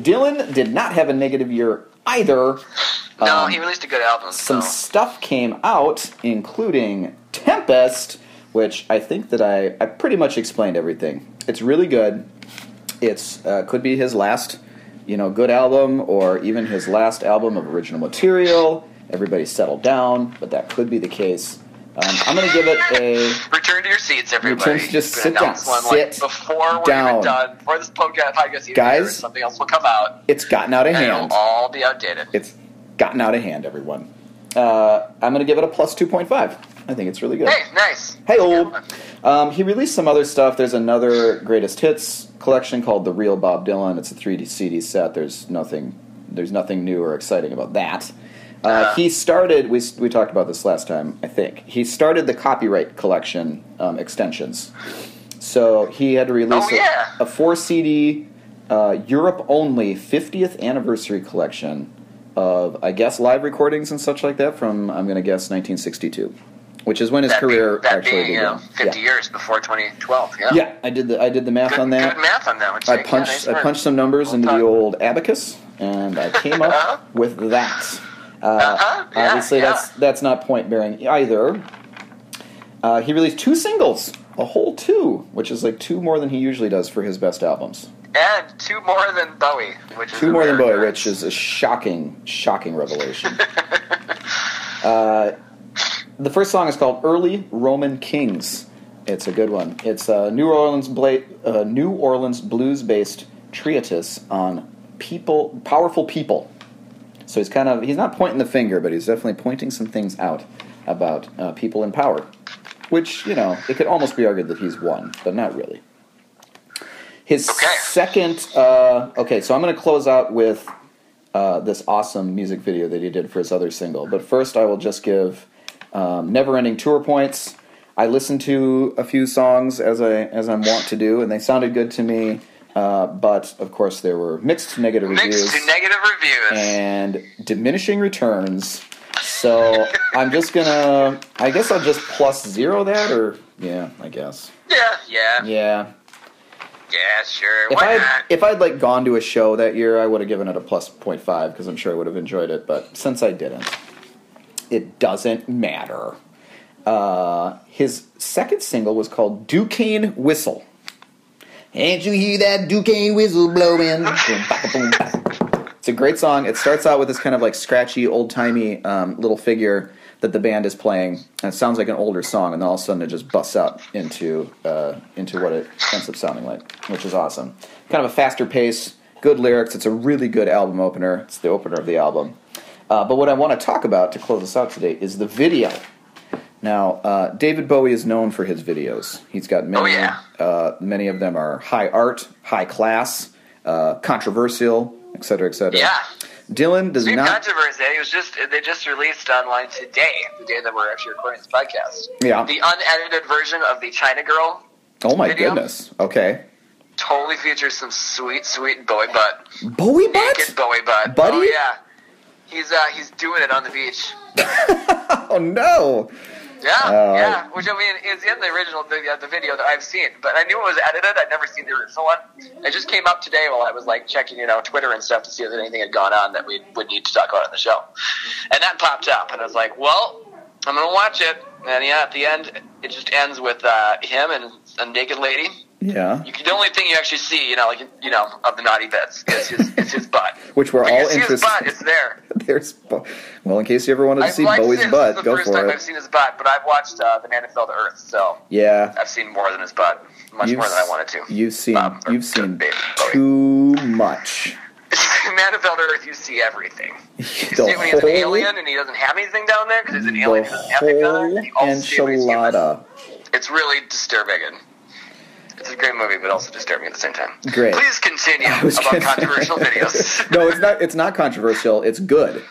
Dylan did not have a negative year either. no, Um, he released a good album. some so. stuff came out, including Tempest, which I think that I, I pretty much explained everything. It's really good. It's uh, could be his last, you know, good album, or even his last album of original material. Everybody settled down, but that could be the case. Um, I'm going to give it a Return to your seats, everybody. Return to- just Gonna sit down. announce one, Sit before we're down. even done, before this podcast, podcast even Guys? airs, something else will come out, it's gotten out of and hand. it'll all be outdated. It's gotten out of hand, everyone. Uh, I'm going to give it a plus 2.5. I think it's really good. Hey, nice. Hey, old. Um, he released some other stuff. There's another greatest hits collection called The Real Bob Dylan. It's a 3D CD set. There's nothing. There's nothing new or exciting about that. Uh, he started. We we talked about this last time, I think. He started the copyright collection um, extensions. So he had to release Oh, yeah. a, a four CD uh, Europe only 50th anniversary collection of I guess live recordings and such like that from I'm going to guess 1962, which is when his That career being, that actually being, you began. know, 50 yeah. years before 2012. Yeah. Yeah, I did the I did the math Good, on that. good math on that one. I Jake. Yeah, punched nice I work. punched some numbers Well into the done. old abacus, and I came up with that. Uh, Uh-huh, yeah, obviously, yeah. that's that's not point bearing either. Uh, he released two singles, a whole two, which is like two more than he usually does for his best albums. And two more than Bowie, which is Two a more than rare Bowie, occurrence. which is a shocking, shocking revelation. uh, the first song is called "Early Roman Kings." It's a good one. It's a New Orleans bla- uh, New Orleans blues-based treatise on people, powerful people. So he's kind of he's not pointing the finger, but he's definitely pointing some things out about uh, people in power, which you know it could almost be argued that he's won, but not really. His Okay. second, uh, okay, so I'm going to close out with uh, this awesome music video that he did for his other single. But first, I will just give um, "Never Ending Tour" points. I listened to a few songs as I as I'm wont to do, and they sounded good to me. Uh, but of course, there were mixed negative reviews Mixed to negative reviews. and diminishing returns. So I'm just gonna, I guess I'll just plus zero that, or yeah, I guess, yeah, yeah. yeah. yeah, sure. If Why I had, not? if I'd like gone to a show that year, I would have given it a plus 0.5 because I'm sure I would have enjoyed it. But since I didn't, it doesn't matter. Uh, his second single was called Duquesne Whistle. Can't you hear that Duquesne whistle blowing? Boom, baka, boom, baka. it's a great song. It starts out with this kind of like scratchy, old timey um, little figure that the band is playing, and it sounds like an older song, and then all of a sudden it just busts out into uh, into what it ends up sounding like, which is awesome. Kind of a faster pace, good lyrics. It's a really good album opener. It's the opener of the album. Uh, but what I want to talk about to close us out today is the video. Now, uh, David Bowie is known for his videos. He's got many. Oh, yeah. uh, many of them are high art, high class, uh, controversial, et cetera, et cetera. Yeah. Dylan does Deep not. controversy. eh? It was just they just released online today, the day that we're actually recording this podcast. Yeah. The unedited version of the China Girl oh my video. goodness. Okay. totally features some sweet, sweet Bowie butt, Bowie naked butt. Bowie butt. Buddy? Oh yeah, he's uh he's doing it on the beach. Oh no. Yeah, Oh, yeah. Which I mean is in the original the, uh, the video that I've seen, but I knew it was edited. I'd never seen the original one. It just came up today while I was like checking, you know, Twitter and stuff to see if anything had gone on that we would need to talk about on the show, and that popped up, and I was like, well, I'm gonna watch it. And yeah, at the end, it just ends with uh, him and a naked lady. Yeah. You can, the only thing you actually see, you know, like you know, of the naughty bits is his, is his butt. Which we're Like, all you see his interested. butt. It's there. There's. Bo- well, in case you ever wanted to I've see liked Bowie's it. This butt, is the go first for time it. I've seen his butt, but I've watched uh, The Man Who Fell to Earth, so yeah. I've seen more than his butt, much more than I wanted to. You've seen. Um, or you've seen baby Bowie. too much. Man Who Fell to Earth, you see everything. You The see it when he's an whole- alien and he doesn't have anything down there because he's an The alien who doesn't have anything down whole there. You also see it when he's human. enchilada. It's really disturbing. And it's a great movie, but also disturbing at the same time. Great. Please continue I was about gonna- controversial videos. no, it's not. It's not controversial. It's good.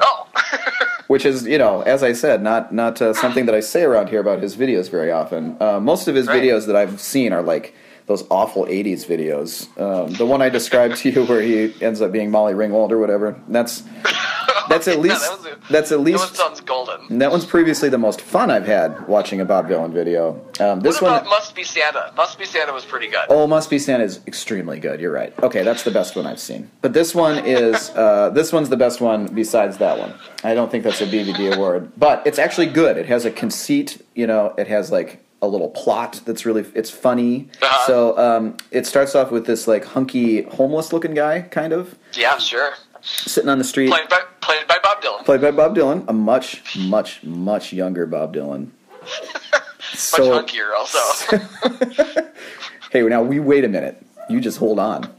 Oh. which is you know as i said not not uh, something that i say around here about his videos very often uh, most of his Right. videos that i've seen are like those awful 80s videos um, the one i described to you where he ends up being molly ringwald or whatever that's that's at Yeah, least that was a- that's at That one least sounds golden. that one's previously the most fun i've had watching a bob dylan video um, this What about one Must Be Santa? Must Be Santa was pretty good. Oh, Must Be Santa is extremely good. You're right. Okay, that's the best one I've seen. But this one is uh, this one's the best one besides that one. I don't think that's a BVD award, but it's actually good. It has a conceit. You know, it has like a little plot that's really it's funny. Uh-huh. So um, it starts off with this like hunky homeless looking guy kind of Yeah, sure. sitting on the street Played by played by Bob Dylan. played by Bob Dylan, a much, much, much younger Bob Dylan. Much so, hunkier, also. hey, now we wait a minute. You just hold on.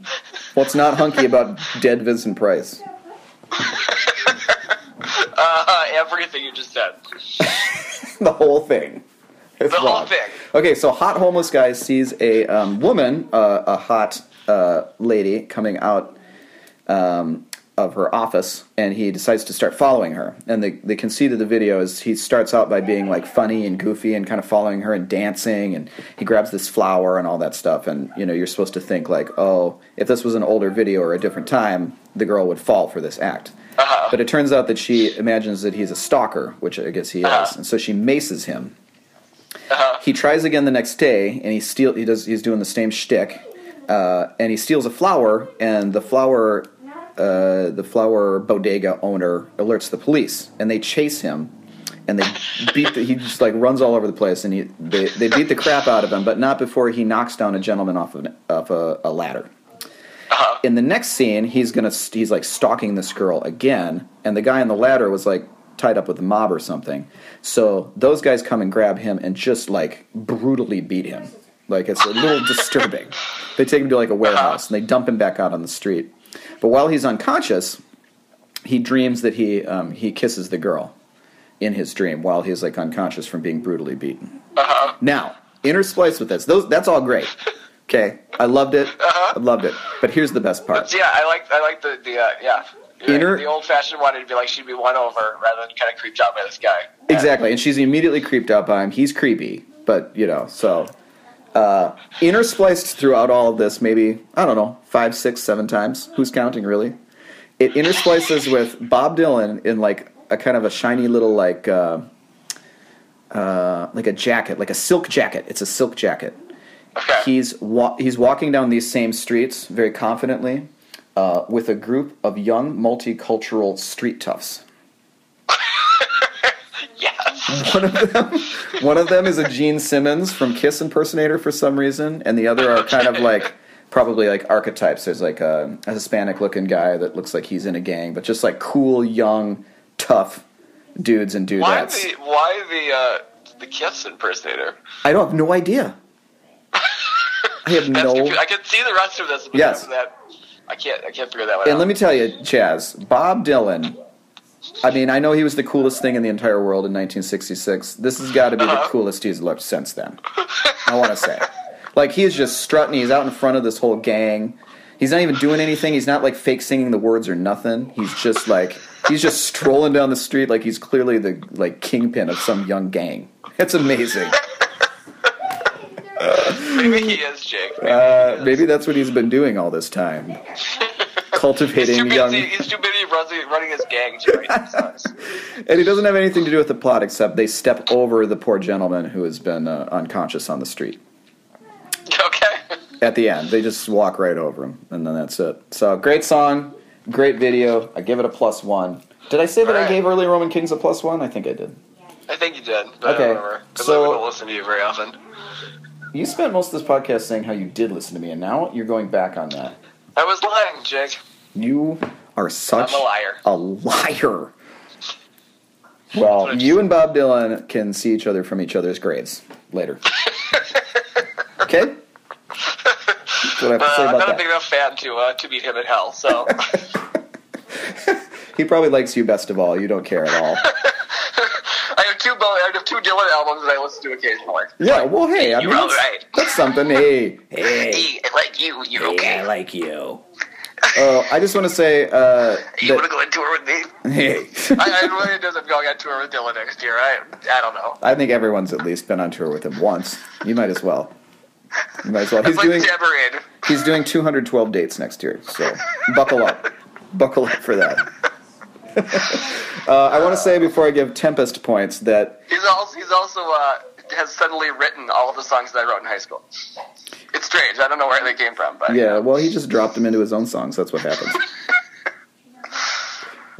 What's not hunky about dead Vincent Price? uh, everything you just said. the whole thing. It's The whole wrong. thing. Okay, so hot homeless guy sees a um, woman, uh, a hot uh, lady, coming out um, of her office, and he decides to start following her. And the, the conceit of the video is he starts out by being like funny and goofy and kind of following her and dancing, and he grabs this flower and all that stuff. And you know, you're supposed to think like, oh, if this was an older video or a different time, the girl would fall for this act. Uh-huh. But it turns out that she imagines that he's a stalker, which I guess he is, and so she maces him. He tries again the next day, and he steal. He does. He's doing the same shtick, uh, and he steals a flower, and the flower, uh, the flower bodega owner alerts the police, and they chase him, and they beat. The, he just like runs all over the place, and he they, they beat the crap out of him, but not before he knocks down a gentleman off of, an, off a, a ladder in the next scene, he's gonna he's like stalking this girl again, and the guy on the ladder was like tied up with the mob or something. So those guys come and grab him and just like brutally beat him. Like it's a little disturbing. They take him to like a warehouse and they dump him back out on the street. But while he's unconscious, he dreams that he um, he kisses the girl in his dream while he's like unconscious from being brutally beaten. Now, interspliced with this, those that's all great. Okay, I loved it. I loved it. But here's the best part. Yeah, I like I like the the uh, yeah. You're right. Inner- The old fashioned one, it'd be like she'd be won over rather than kind of creeped out by this guy. Exactly, and she's immediately creeped out by him. He's creepy, but you know, so uh, interspliced throughout all of this, maybe I don't know, five, six, seven times. Who's counting, really? It intersplices with Bob Dylan in like a kind of a shiny little like uh, uh, like a jacket, like a silk jacket. It's a silk jacket. Okay. He's wa- he's walking down these same streets very confidently uh, with a group of young multicultural street toughs. yes. One of them, one of them is a Gene Simmons from Kiss impersonator for some reason, and the other are kind of like probably like archetypes. There's like a, a Hispanic looking guy that looks like he's in a gang, but just like cool, young, tough dudes and Why dudettes. the why the uh, the Kiss impersonator? I don't have no idea. I have That's no. confu- I can see the rest of this. But Yes. That, I can't. I can't figure that one out. And let me tell you, Chaz, Bob Dylan. I mean, I know he was the coolest thing in the entire world in 1966. This has got to be the Uh-huh. coolest he's looked since then. I want to say, like he is just strutting. He's out in front of this whole gang. He's not even doing anything. He's not like fake singing the words or nothing. He's just like he's just strolling down the street like he's clearly the like kingpin of some young gang. It's amazing. Maybe he is Jake. Maybe Uh, maybe that's what he's been doing all this time, he's too cultivating busy. young. He's too busy running, running his gang to write these songs. And it doesn't have anything to do with the plot except they step over the poor gentleman who has been uh, unconscious on the street. Okay. At the end, they just walk right over him, and then that's it. So great song, great video. I give it a plus one. Did I say that I Alright. gave early Roman Kings a plus one? I think I did. I think you did. But Okay, I don't remember. Because so- I don't listen to you very often. You spent most of this podcast saying how you did listen to me, and now you're going back on that. I was lying, Jake. You are such I'm a liar. a liar. Well, you and Bob Dylan can see each other from each other's graves later. okay? That's what I have to say Uh, I'm about not a big that. enough fan to uh, to beat him in hell. So He probably likes you best of all. You don't care at all. I have two. Bo- I have two Dylan albums that I listen to occasionally. yeah, well, hey, I You mean, were that's, right. that's something. Hey, hey, Hey, I like you. You're okay. hey, I like you. Oh, I just want to say uh, you want to that, go on tour with me? hey, I, I really does. I'm going on tour with Dylan next year. I I don't know. I think everyone's at least been on tour with him once. You might as well. You might as well. He's It's like doing. Tamarind. He's doing 212 dates next year, so buckle up. buckle up for that. uh, I want to say before I give Tempest points that He's also he's also uh, has suddenly written all of the songs that I wrote in high school. It's strange. I don't know where they came from, but yeah, well, he just dropped them into his own songs. That's what happens.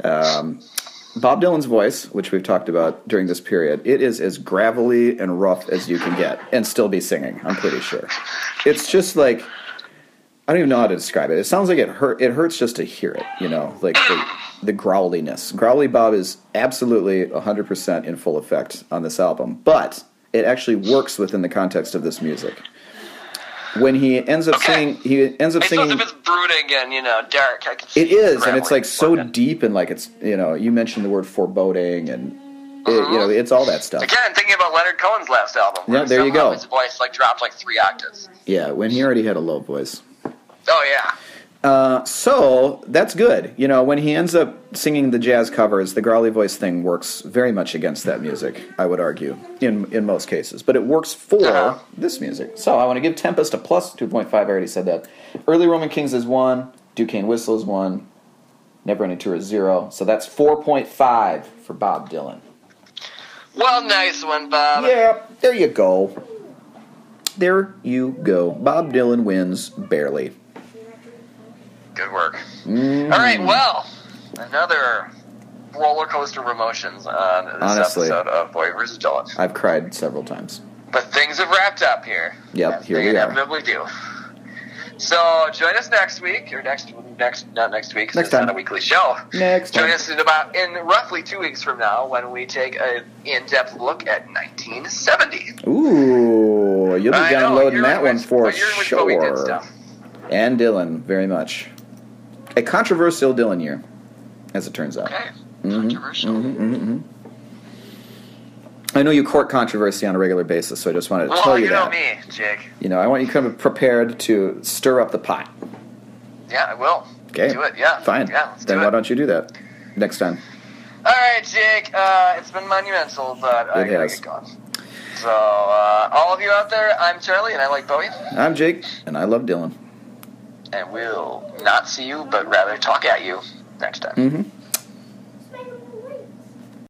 Um, Bob Dylan's voice, which we've talked about during this period, it is as gravelly and rough as you can get, and still be singing. I'm pretty sure. It's just like I don't even know how to describe it. It sounds like it hurt. It hurts just to hear it. You know, like the, the growliness. Growly Bob is absolutely 100 percent in full effect on this album, but it actually works within the context of this music. When he ends up Okay. singing, he ends up it's singing. supposed to be brooding and you know dark. I can see It is, and gravelly. it's like so deep, and like it's you know you mentioned the word foreboding, and it, you know it's all that stuff. Uh-huh. Again, thinking about Leonard Cohen's last album. where Yeah, there you somehow go. His voice like dropped like three octaves. Yeah, when he already had a low voice. Oh yeah. Uh, so that's good. You know, when he ends up singing the jazz covers, the growly voice thing works very much against that music. I would argue in in most cases, but it works for Uh-huh. this music. So I want to give Tempest a plus two point five. I already said that. Early Roman Kings is one. Duquesne Whistle is one. Never Ending Tour is zero. So that's four point five for Bob Dylan. Well, nice one, Bob. Yeah, there you go. There you go. Bob Dylan wins barely. Good work. Mm. All right. Well, another roller coaster of emotions on this Honestly. episode of Boy vs. Dylan. I've cried several times. But things have wrapped up here. Yep, As here they we are. inevitably do. So join us next week, or next next not next week. 'cause Next it's time. not a weekly show. Next Join time. us in about in roughly two weeks from now when we take an in-depth look at 1970. Ooh, Oh, you'll be I know, downloading you're that in one which- for but you're in which Bowie did sure. stuff. And Dylan, very much. A controversial Dylan year, as it turns out. Okay. Mm-hmm, Controversial. I know you court controversy on a regular basis, so I just wanted to Well, tell you, you, know that. me, Jake. You know, I want you to come prepared to stir up the pot. Yeah, I will. Okay. Do it. Yeah. Fine. Yeah. Let's then do why it. don't you do that next time? All right, Jake. Uh, it's been monumental, but I It gotta has. get going. So, uh, all of you out there, I'm Charlie, and I like Bowie. I'm Jake, and I love Dylan. and we'll not see you, but rather talk at you next time. Mm-hmm.